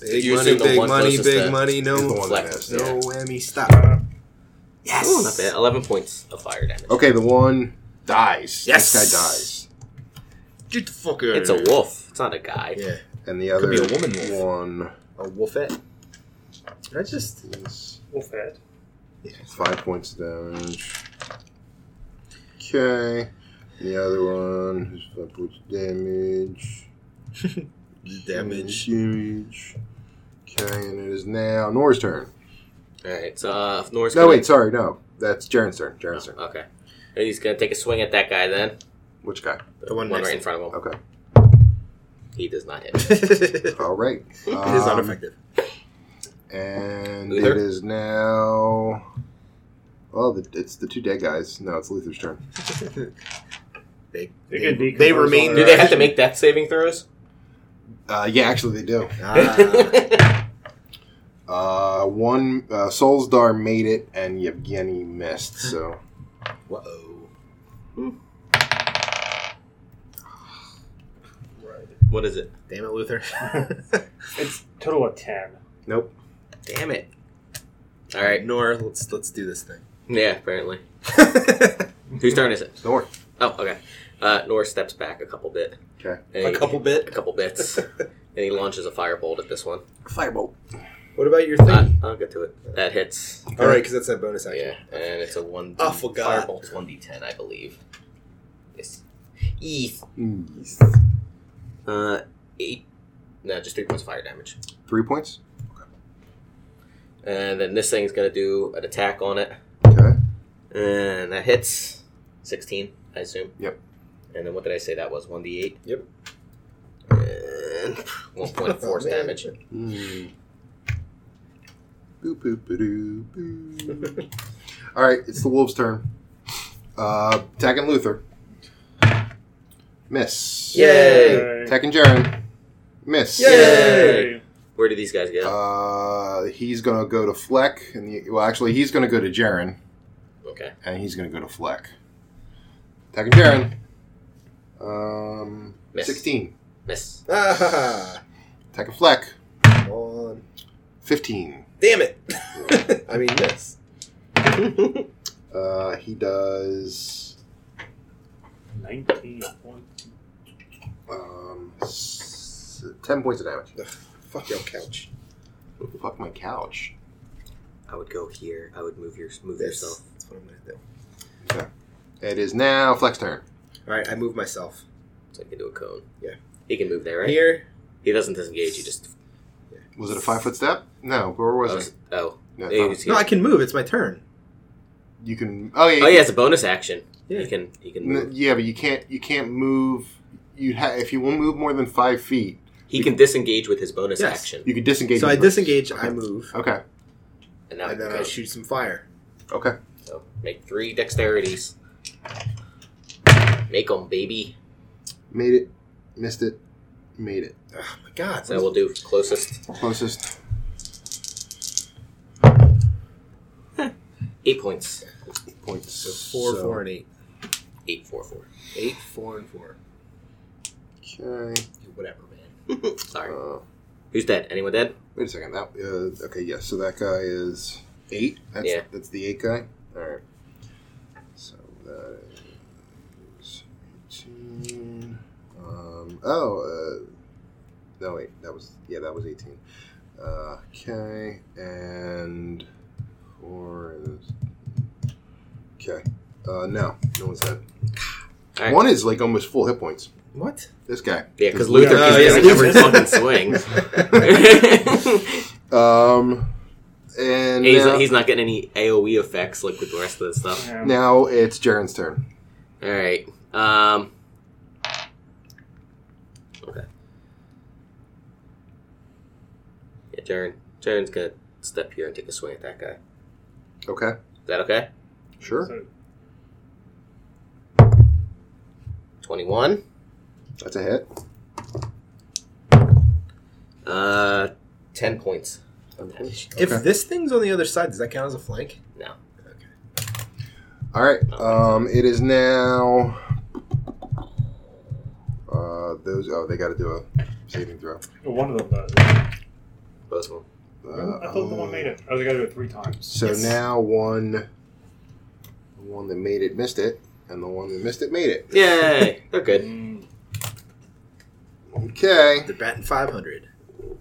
D: big
B: You
D: money,
B: assume the
D: big
B: one
D: money,
B: closest
D: big
B: to-
D: money.
C: Is the
D: No,
C: one that
B: Flex.
C: missed.
D: no
B: Yeah.
D: whammy. Stop.
E: Uh,
D: Yes.
B: Ooh, not bad. Eleven points of fire damage.
C: Okay, the one dies.
D: Yes.
C: this guy dies,
D: Get the fuck out.
B: It's a wolf. It's not a guy.
D: Yeah,
C: and the other
D: be a woman wolf.
C: one
D: a wolfette. Did I just
C: is
E: wolf head.
C: five points of damage. Okay, the other one is five points of damage.
D: damage?
C: Damage. Okay, and it is now Nora's turn.
B: All right. So uh, if Nor's
C: No,
B: gonna-
C: wait, sorry, no, that's Jaren's turn. Jaren's turn.
B: Okay. And he's gonna take a swing at that guy then.
C: Which guy?
D: The one next
B: right
D: to
B: in front of him.
C: Okay.
B: He does not hit.
D: it
C: All right.
D: is
C: Um,
D: unaffected.
C: And
B: Luther?
C: it is now. Well, the, it's the two dead guys. No, it's Luther's turn.
D: They,
E: They
D: they,
E: could
D: they,
E: decompose
D: remain.
E: on
B: Do they have to make death saving throws?
C: Uh, yeah, actually, they do.
D: Ah,
C: Uh, one uh, Solsdar made it, and Yevgeny missed. So
D: whoa.
E: Right.
B: what is it?
D: Damn it, Luther.
E: It's total of ten.
C: nope.
B: Damn it. All right.
D: Nora, let's let's do this thing.
B: Yeah. Apparently. Whose turn is it?
C: Nor.
B: Oh, okay. Uh, Nor steps back a couple bit.
C: Okay.
B: And
D: a
B: he-
D: couple
B: a
D: bit.
B: couple bits, and he launches a firebolt at this one.
C: Firebolt.
D: What about your thing?
B: Uh, I'll get to it. That hits.
D: All right, because that's a bonus action.
B: Yeah, and it's a one.
D: I forgot.
B: Firebolt's one d10, I believe. Yes. Eef.
C: Hmm,
B: Uh, eight. No, just three points of fire damage.
C: Three points.
B: And then this thing's gonna do an attack on it,
C: Okay.
B: and that hits sixteen, I assume.
C: Yep.
B: And then what did I say that was? One d eight.
D: Yep.
B: And one point of force
D: Oh, man.
B: damage.
C: Mm. Boop, boop, ba-doo, boo. All right, it's the wolves' turn. Uh, attacking Luther. Miss.
D: Yay!
C: Attacking Jaren. Miss.
B: Yay! Where do these guys go?
C: Uh, he's gonna go to Fleck, and the, well, actually, he's gonna go to Jaren,
B: okay.
C: and he's gonna go to Fleck. Attacking Jaren. Um,
B: Miss.
C: sixteen.
B: Miss.
D: Ah,
C: Attacking Fleck.
D: come on.
C: Fifteen.
D: Damn it. I mean, yes.
C: Uh, he does
E: Nineteen points.
C: um, s- ten points of damage.
D: Fuck your couch.
C: Fuck my couch.
B: I would go here. I would move your move
D: This.
B: yourself.
D: That's what I'm gonna do.
C: It is now Fleck's turn.
D: All right, I move myself
B: So I can do a cone.
D: Yeah.
B: He can move there, right?
D: here.
B: He doesn't disengage. He just.
C: Was it a five foot step? No. Where was
B: oh,
C: it?
B: oh.
C: No,
B: he
C: it's
B: was
D: No,
B: here.
D: I can move. It's my turn.
C: you can. Oh yeah.
B: Oh, yeah, it's a bonus action.
D: Yeah.
B: He can. He can.
C: N-
B: Move.
C: Yeah, but you can't. You can't move. You ha- if you will move more than five feet,
B: He can disengage with his bonus
D: Yes.
B: action.
C: you can disengage.
D: so I
C: your first.
D: disengage.
C: Okay.
D: I move,
C: Okay.
B: And now I can
D: and then I
B: cone.
D: shoot some fire.
C: Okay.
B: So make three dexterities. Make them, baby.
C: Made it. Missed it. Made it.
D: Oh my god!
B: So we'll do closest.
C: Closest.
B: Eight points.
C: Points.
D: So four,
C: So-
D: four, and eight.
B: Eight, four, four.
D: Eight, four, and four.
C: Okay.
D: Whatever, man.
B: Sorry.
C: Uh,
B: Who's dead? Anyone dead?
C: wait a second. That. Uh, okay. Yeah. So that guy is eight. That's,
B: Yeah.
C: That's the eight guy. All right. So that is eighteen. Um. Oh. Uh, no. Wait. That was. Yeah. That was eighteen. Uh, okay, and four is okay. Uh, no, no one's had.
B: Alright.
C: One is like almost full hit points.
F: What?
C: This guy.
B: Yeah, because Luther
C: No,
B: keeps
C: yeah,
B: getting every fucking swing.
C: um, and
B: he's,
C: now,
B: not, he's not getting any AOE effects like with the rest of the stuff.
E: Yeah.
C: now it's Jaren's turn.
B: All right. Um. Okay. Yeah, Jaren. Jaren's gonna step here and take a swing at that guy.
C: Okay,
B: Is that okay?
C: sure.
E: So,
B: Twenty-one.
C: That's a hit.
B: Uh, ten points. of damage.
F: If this thing's on the other side, does that count as a flank?
B: No.
C: All right. Um, it is now. Uh, those. Oh, they got to do a saving throw.
E: well, one of them does.
B: Both of them.
C: Uh,
E: I thought the one made it. Oh, they got to do it three times.
C: So now one, the one that made it missed it, and the one that missed it made it.
B: Yay! They're good.
E: Mm,
C: Okay,
F: They're batting 500.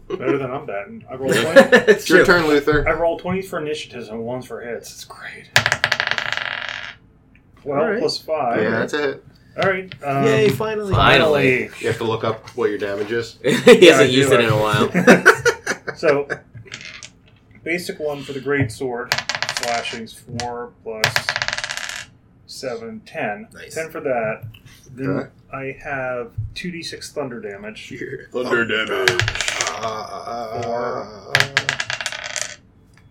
E: better than I'm batting. I rolled 20,
F: it's
C: it's your turn, Luther.
E: I rolled twenties for initiatives and ones for hits. It's great. Well,
F: All right.
E: plus five.
C: yeah, that's a hit.
E: All right. Um,
F: Yay, finally.
B: Finally.
E: finally.
C: You have to look up what your damage is.
B: he
E: I
B: hasn't
E: do,
B: used it in a while.
E: So, basic one for the great sword, slashings four plus seven, ten.
F: Nice.
E: Ten for that. Then
C: Okay.
E: I have two d six thunder damage.
C: Thunder damage.
E: Four.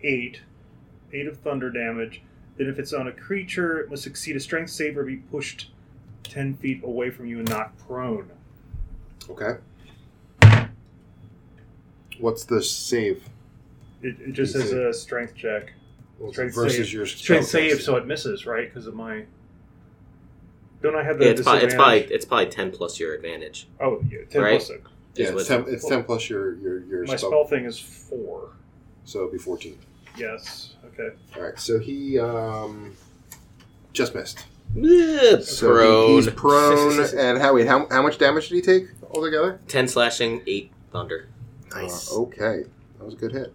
E: Eight, eight of thunder damage. Then, if it's on a creature, it must succeed a strength save or be pushed ten feet away from you and not prone.
C: Okay. What's the save?
E: It, it just says a strength check. Strength
C: versus
E: save.
C: your
E: Strength
C: spell
E: save, so it misses, right? Because of my. Don't I have the
B: Yeah, it's, probably, it's probably
E: disadvantage?
B: it's probably ten plus your advantage.
E: Oh, yeah, ten
B: right?
E: plus six.
C: Yeah,
B: Is what-
C: it's ten, it's ten plus your your your
E: My
C: spell,
E: spell thing is four.
C: so it'll be fourteen.
E: Yes. Okay.
C: All right, so he um just missed.
B: Yeah,
C: So he- he's prone. and how wait, how how much damage did he take altogether?
B: Ten slashing, eight thunder.
F: Nice.
C: Uh, okay, that was a good hit.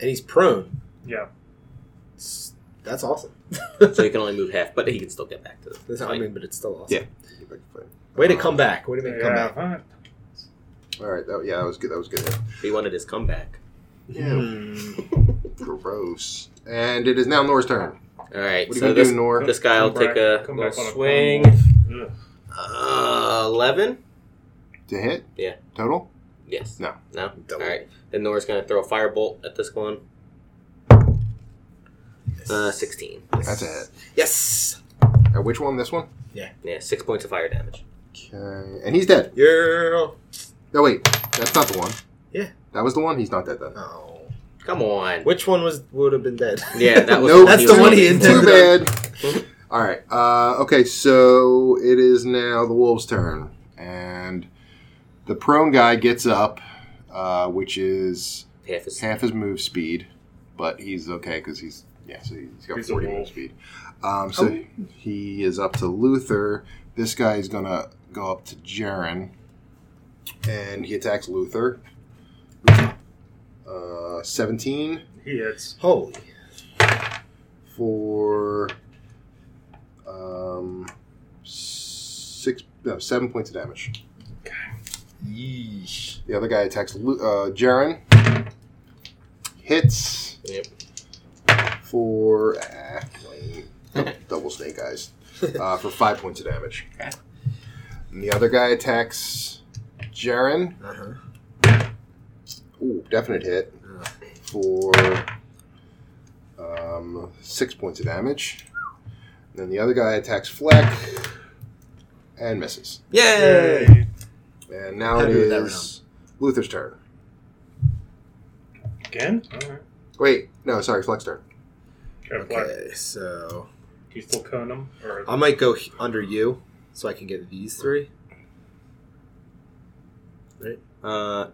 F: And he's prone.
E: Yeah.
F: It's- That's awesome.
B: so he can only move half, but he can still get back to the
F: That's I
B: fight.
F: mean, but it's still awesome.
C: Yeah. Get back to play.
F: Way to come back. Way to make a
E: yeah.
F: comeback.
E: huh.
C: All right, that, yeah, that was good. That was good. hit.
B: He wanted his comeback.
F: Hmm.
C: Gross. And it is now Nor's turn.
B: All right,
C: What are you
B: so
C: gonna
B: this,
C: do, Nor?
B: this guy will
E: Come
B: take
E: back-
B: a
E: come
B: little
E: back on a
B: swing.
E: prone. Ugh.
B: Uh, Eleven.
C: To hit?
B: Yeah.
C: Total?
B: Yes.
C: No.
B: No.
F: Double.
B: All right. Then Nora's gonna throw a firebolt at this one. Uh, sixteen.
C: That's a hit.
F: Yes.
C: Uh, which one? This one?
B: Yeah, six points of fire damage.
C: Okay. And he's dead.
F: Yeah.
C: No, wait. That's not the one.
F: Yeah.
C: That was the one? He's not dead then.
F: Oh.
B: Come on.
F: Which one was would have been dead?
B: Yeah, that was
C: Nope.
F: That's the one he
B: was-
F: intended.
C: Too bad.
B: Mhm.
C: All right. Uh, okay, so it is now the wolves' turn. And the prone guy gets up, uh, which is
B: Half his
C: half his move speed, but he's okay because he's yeah, so he's got
E: He's a
C: forty move
E: wolf.
C: speed. Um, so he is up to Luther. This guy is gonna go up to Jaren, and he attacks Luther. Uh, Seventeen
E: He hits.
F: Holy.
C: for um, six no seven points of damage.
F: Yeesh.
C: The other guy attacks Lu- uh, Jaren. Hits
B: Yep.
C: for ah, lame. double snake eyes uh, for five points of damage. And the other guy attacks Jaren.
F: Uh huh.
C: Ooh, definite hit for um, six points of damage. And then the other guy attacks Fleck and misses.
F: Yay!
E: Yay.
C: And now it
F: Happy with that
C: is Luther's turn.
E: Again? All right.
C: Wait, no, sorry, Fleck's turn.
E: Okay. Black.
F: Okay, so
E: You still cone him? Or
B: Oh,
F: I might go h- under you so I can get these three.
B: Uh,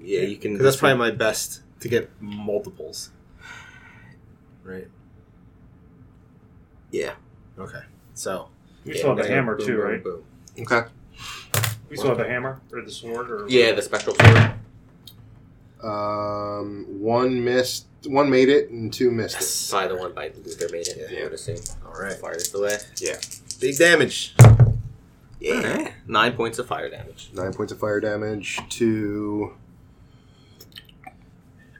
B: yeah, you can.
F: Because that's probably my best to get multiples. Right?
B: Yeah.
F: Okay. So.
E: we still have Oh, the hammer
F: Boom,
E: too,
F: boom,
E: right?
F: boom.
C: Okay.
E: We still have the hammer or the sword or
B: Yeah, the spectral sword.
C: Um, one missed, one made it, and two missed it.
B: Yes. Probably the one by Luther made it.
C: Yeah.
B: I would assume.
D: All right.
B: Fire is the way.
C: Big damage.
B: Yeah. Nine points of fire damage.
C: Nine points of fire damage to.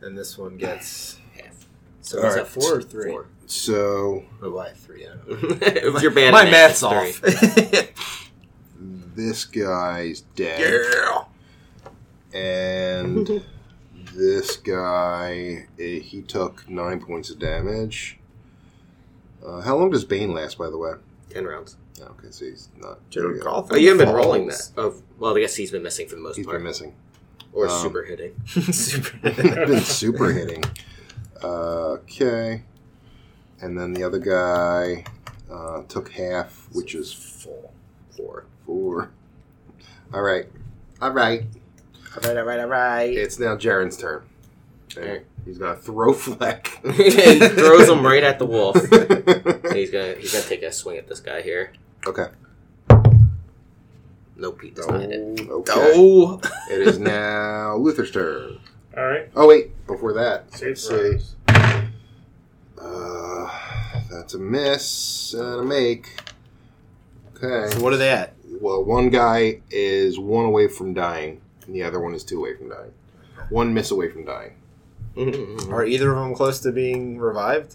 D: And this one gets.
B: Half.
D: So
C: All
D: it's
C: right.
D: at four or three?
B: Four.
C: So
D: Or why three? I don't know.
B: You're bad. at
D: My
B: math.
D: math's
B: It's
D: off.
B: three.
C: this guy's dead.
D: yeah.
C: and this guy eh, he took nine points of damage. Uh, how long does Bane last, by the way?
B: Ten rounds.
C: Okay, so he's not.
F: General Coughlin
B: Oh, you haven't been
F: falls.
B: rolling that. Oh, well, I guess he's been missing for the most
C: He's
B: part,
C: been missing.
B: or
C: um,
B: super hitting.
D: Super.
C: been super hitting. Uh, okay, and then the other guy uh, took half, which is
D: full.
B: Four.
C: four. All right, all right.
F: All right, all right, all right.
C: It's now Jaren's turn.
B: Alright.
C: He's gonna throw Fleck.
B: he throws him right at the wolf. And
C: okay.
B: he's gonna he's gonna take a swing at this guy here. Nope, he does not hit.
C: Okay.
F: Oh,
C: It is now Luther's turn.
E: All right.
C: Oh wait, before that,
E: Save
C: let's see.
E: throws.
C: Uh, that's a miss and a make.
D: So
C: Okay.
D: what are they at?
C: Well, one guy is one away from dying, and the other one is two away from dying. One miss away from dying.
D: Are either of them close to being revived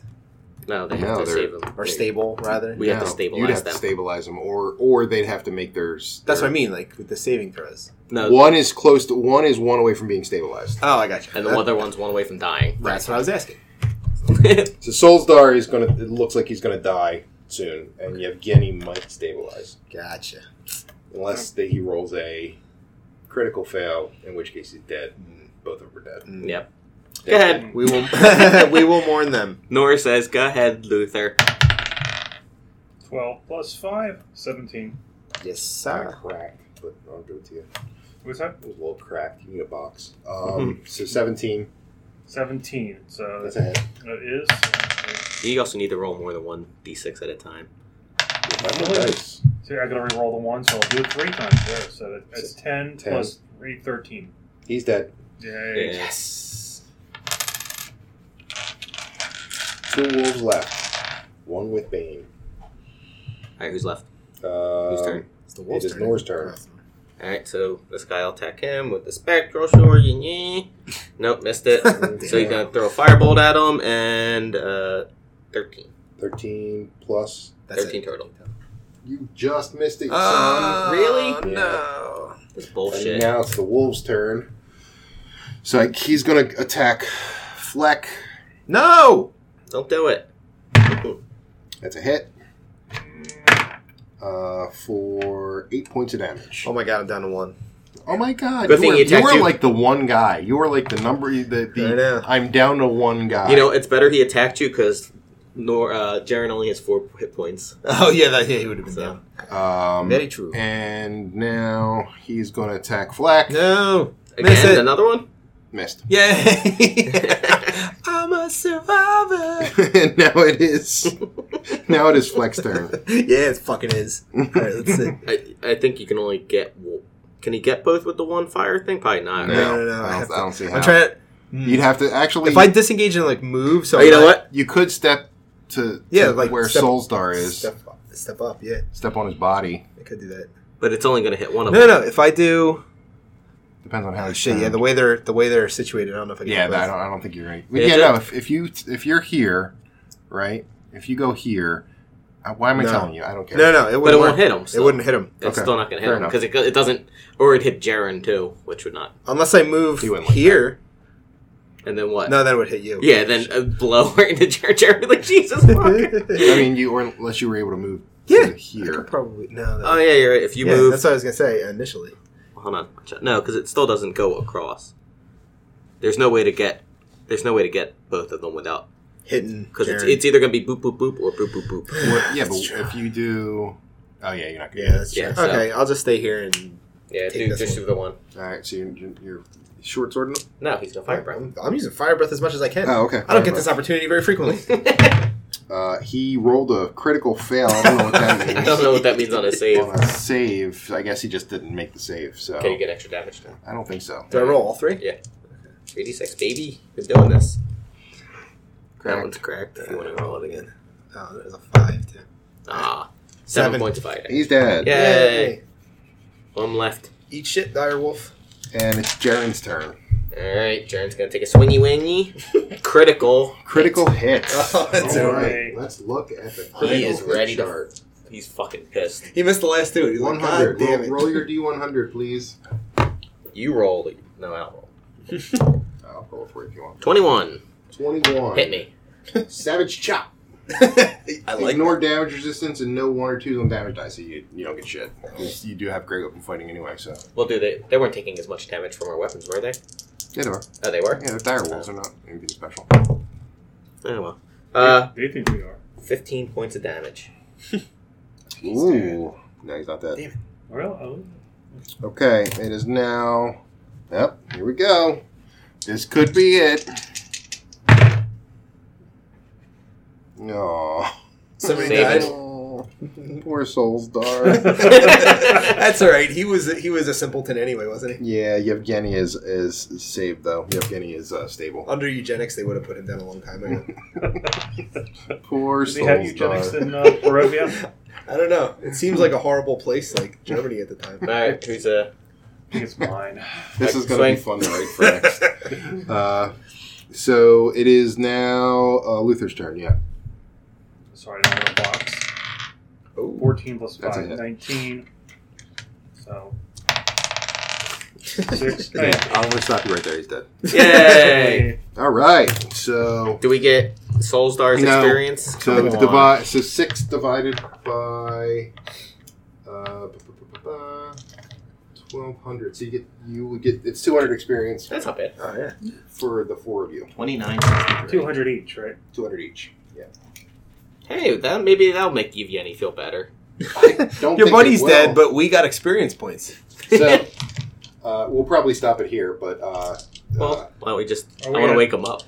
B: No, they
C: No,
B: have to
C: they're-
B: save him.
D: or
B: They-
D: stable rather?
B: We have to
C: No,
B: stabilize
C: You'd have
B: them.
C: to stabilize them, or or they'd have to make theirs.
D: That's what I mean, like with the saving throws.
B: No,
C: One is close to one is one away from being stabilized.
D: Oh, I got you.
B: and the
D: That-
B: other one's one away from dying.
D: That's what I was asking.
C: So Solstar is gonna. It looks like he's gonna die soon, and Yevgeny might stabilize
D: Gotcha.
C: unless that he rolls a critical fail, in which case he's dead. and Both of them are dead.
D: Mm.
B: yep. Go ahead.
D: We will. we will mourn them.
B: Nora says, "Go ahead, Luther."
E: 12 plus 5, 17.
D: Yes,
C: Not
D: sir.
C: cracked, but I'll give it to you.
E: What's that?
C: It was a little cracked. You need a box. Um,
B: Mm-hmm.
C: so 17.
E: 17. So
C: That's
E: that's
C: a hit.
E: it is.
B: You also need to roll more than one d6 at a time.
C: Five more dice.
E: So I gotta re-roll the one, so I'll do it three times there. So that- that's 10,
C: Ten.
E: plus 3, 13.
C: He's dead.
E: Yay.
B: Yes.
C: Two wolves left. One with Bane.
B: All right, who's left?
C: Um,
B: Whose turn?
D: It's the
C: It is Nora's turn.
B: All right, so this guy will attack him with the spectral sword. yee, yee. Nope, missed it. so he's gonna throw a firebolt at him and uh, thirteen.
C: 13 plus.
D: That's
B: Thirteen
D: it.
B: total. Um,
C: You just missed it,
D: Oh,
C: son.
B: Ah, Really?
D: No.
B: This is
C: And
B: bullshit.
C: now it's the wolves' turn. So like, he's going to attack Fleck.
D: No.
B: Don't do it.
C: That's a hit. Uh, for eight points of damage.
D: Oh my god, I'm down to one.
C: Oh my god!
B: Good
C: you
B: thing
C: were,
B: you attacked
C: were
B: you.
C: like the one guy. You were like the number. The,
D: I know.
C: the I'm down to one guy.
B: You know, it's better he attacked you because Nor uh, Jaren only has four hit points.
D: Oh yeah, that yeah, he would have been
B: So-
D: down.
C: Um,
D: Very true.
C: and now he's going to attack Flack.
D: No. Miss
B: Again,
D: it.
B: another one.
C: Missed.
D: Yay! I'm a survivor.
C: and now it is. now it is Fleck's turn.
D: yeah, it fucking is. All right, let's see.
B: I, I think you can only get. w- Can he get both with the one fire thing? Probably not.
C: No,
B: right?
D: no, no, I
C: I, don't,
D: have to-
C: I don't see how.
D: I'm trying. To, hmm.
C: You'd have to actually.
D: if I disengage and like move, so
B: Oh, you
D: I'm
B: know
D: not-
B: what?
C: you could step to,
D: Yeah,
C: to
D: like,
C: where
D: step-
C: Solstar is. Step.
D: Step up, step up. Yeah,
C: on his body.
D: I could do that.
B: But it's only gonna hit one of
D: No,
B: them.
D: no. If I do,
C: Depends on how.
D: oh,
C: he's
D: shit. Yeah,
C: turned.
D: the way they're the way they're situated. I don't know if I
C: Um,
D: can.
C: yeah.
D: do
C: I
D: both.
C: don't. I don't think you're right.
B: Yeah,
C: Yeah.
B: just-
C: No. If, if you if you're here, right? If you go here, I- why am I
D: No.
C: telling you? I don't care.
D: No, no. It
B: But it
D: wouldn't
B: won't
D: work.
B: hit him.
D: It
B: still.
D: wouldn't hit him
B: It's
C: Okay,
B: still not gonna hit
C: fair
B: him
C: enough.
B: because it, go- it doesn't. Or it'd hit Jaren too, which would not.
D: unless I move
C: He wouldn't like
D: here.
B: And then what?
D: no, then it would hit you.
B: Yeah, then uh, a blow right into Jaren. Jaren like Jesus. fuck.
C: I mean, you or unless you were able to move
D: Yeah,
C: to here.
D: probably no. that-
B: oh yeah, you're right. If you
D: yeah,
B: move,
D: That's what I was gonna say initially.
B: hold on. No, because it still doesn't go across. There's no way to get. There's no way to get both of them without
D: Hitting
B: because it's,
D: Jaren.
B: it's either gonna be boop boop boop or boop boop boop.
C: What- yeah, but
D: That's true.
C: if you do, oh yeah, you're not gonna.
D: yeah, that's
B: Yeah,
D: true.
B: so-
D: Okay, I'll just stay here and
B: Yeah,
D: Take
B: do,
D: this
B: just
D: one.
B: do the one.
C: All right, so you're, you're- you're short swording them.
B: No, he's gonna fire breath.
D: I'm, I'm using fire breath as much as I can.
C: Oh, okay.
D: I don't get this opportunity very frequently.
C: Uh, he rolled a critical fail. I don't know what
B: I
C: that
B: don't
C: means.
B: know what that means on a save.
C: On a save, I guess he just didn't make the save. So
B: Can you get extra damage now?
C: I don't think so.
D: Do I roll all three?
B: Yeah. 3d6, baby. Been doing this. That
D: Correct.
B: one's cracked. If you want to roll it again.
D: Oh, there's a five too.
B: Ah, seven,
D: Seven.
B: points of fire.
C: He's dead.
B: Yeah. Yay.
D: Yay.
B: One left.
D: Eat shit, direwolf.
C: And it's Jaren's turn.
B: All right, Jaren's gonna take a swingy wingy. Critical.
C: Critical hits.
D: Oh, that's
E: All
D: all
C: All
D: right.
E: right.
C: Let's look at the critical
B: He is
C: hit
B: ready to
C: chart.
B: He's fucking pissed.
D: He missed the last two. He's like, God
C: 100.
D: damn
C: roll,
D: it.
C: roll your D100, please.
B: You roll. it. No, I'll roll.
C: I'll roll for it if you want.
B: Twenty-one.
C: 21.
B: Hit me.
C: Savage chop.
D: I like
C: Ignore damage resistance and no one or twos on damage dice, so you, you don't get shit. You do have great weapon fighting anyway, so.
B: Well, do they? They weren't taking as much damage from our weapons, were they?
C: Yeah, they are.
B: Oh, they were.
C: Yeah, they're dire wolves. They're not anything special.
B: Oh well. Uh,
E: They think we are.
B: fifteen points of damage.
C: Ooh. No, he's not dead.
E: Well, oh,
C: Okay, it is now. Yep, here we go. This could be it. Aw.
D: So many
B: Save
D: died.
B: it.
C: Poor Souls Dar.
D: That's all right. He was he was a simpleton anyway, wasn't he?
C: yeah, Yevgeny is is saved though. Yevgeny is uh, stable.
D: Under eugenics, they would have put him down a long time ago.
C: Poor
E: does he have
C: Souls Dar.
E: eugenics in uh, Barovia?
D: I don't know. It seems like a horrible place, like Germany at the time.
B: All right, who's uh?
E: I think it's mine.
C: This is gonna be fun to write for next. Uh, so it is now uh, Luther's turn. Yeah,
E: Sorry, I don't have a box.
D: Oh.
E: 14 plus
C: That's a
E: 5,
C: hit.
E: 19. So, 6.
B: Oh,
C: yeah. I'm gonna stop you right there. He's dead.
B: Yay!
C: All right. So
B: Do we get Soul Star's
C: No.
B: experience?
C: so
B: Come on.
C: divide. So six divided by uh, twelve hundred. So you get you would get it's two hundred experience
B: That's not bad.
D: Oh yeah.
C: for the four of you.
B: 29.
E: 200 each, right?
C: Two hundred each. Yeah.
B: Hey, that maybe that'll make Yevgeny feel better.
C: Don't
D: Your
C: think
D: buddy's
C: it will.
D: dead, but we got experience points.
C: so uh, we'll probably stop it here. But uh, uh,
B: Well, why don't we just? I
E: Are we
B: want to
E: at-
B: wake him up.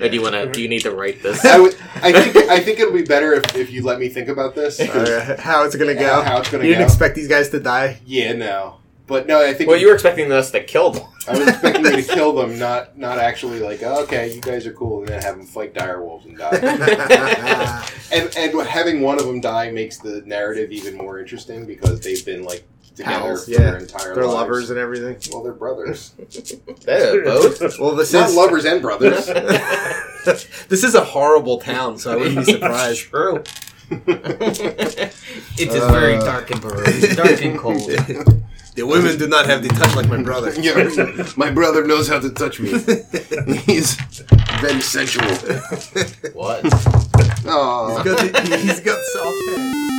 B: Or do you want to? Do you need to write this?
C: I would. I think. I think it'll be better if, if you let me think about this. 'cause
D: How it's gonna
C: how, how it's gonna go.
D: expect these guys to die.
C: yeah, no. But no, I think.
B: Well, you were expecting us to kill them.
C: I was expecting you to kill them, not not actually like, oh, okay, you guys are cool, and then have them fight direwolves and die. and and having one of them die makes the narrative even more interesting because they've been like together
D: Pals,
C: for
D: yeah.
C: their entire
D: They're
C: lives.
D: lovers and everything.
C: Well, they're brothers.
B: They're both.
D: Well, this
C: Not
D: is
C: lovers and brothers.
D: this is a horrible town, so I wouldn't be surprised.
B: True. it is very
C: Uh.
B: dark and burrows, dark and cold.
D: the women do not have the touch like my brother.
C: Yeah, my brother knows how to touch me. He's very sensual.
B: What?
C: Aww.
D: He's got, the, he's got soft hands.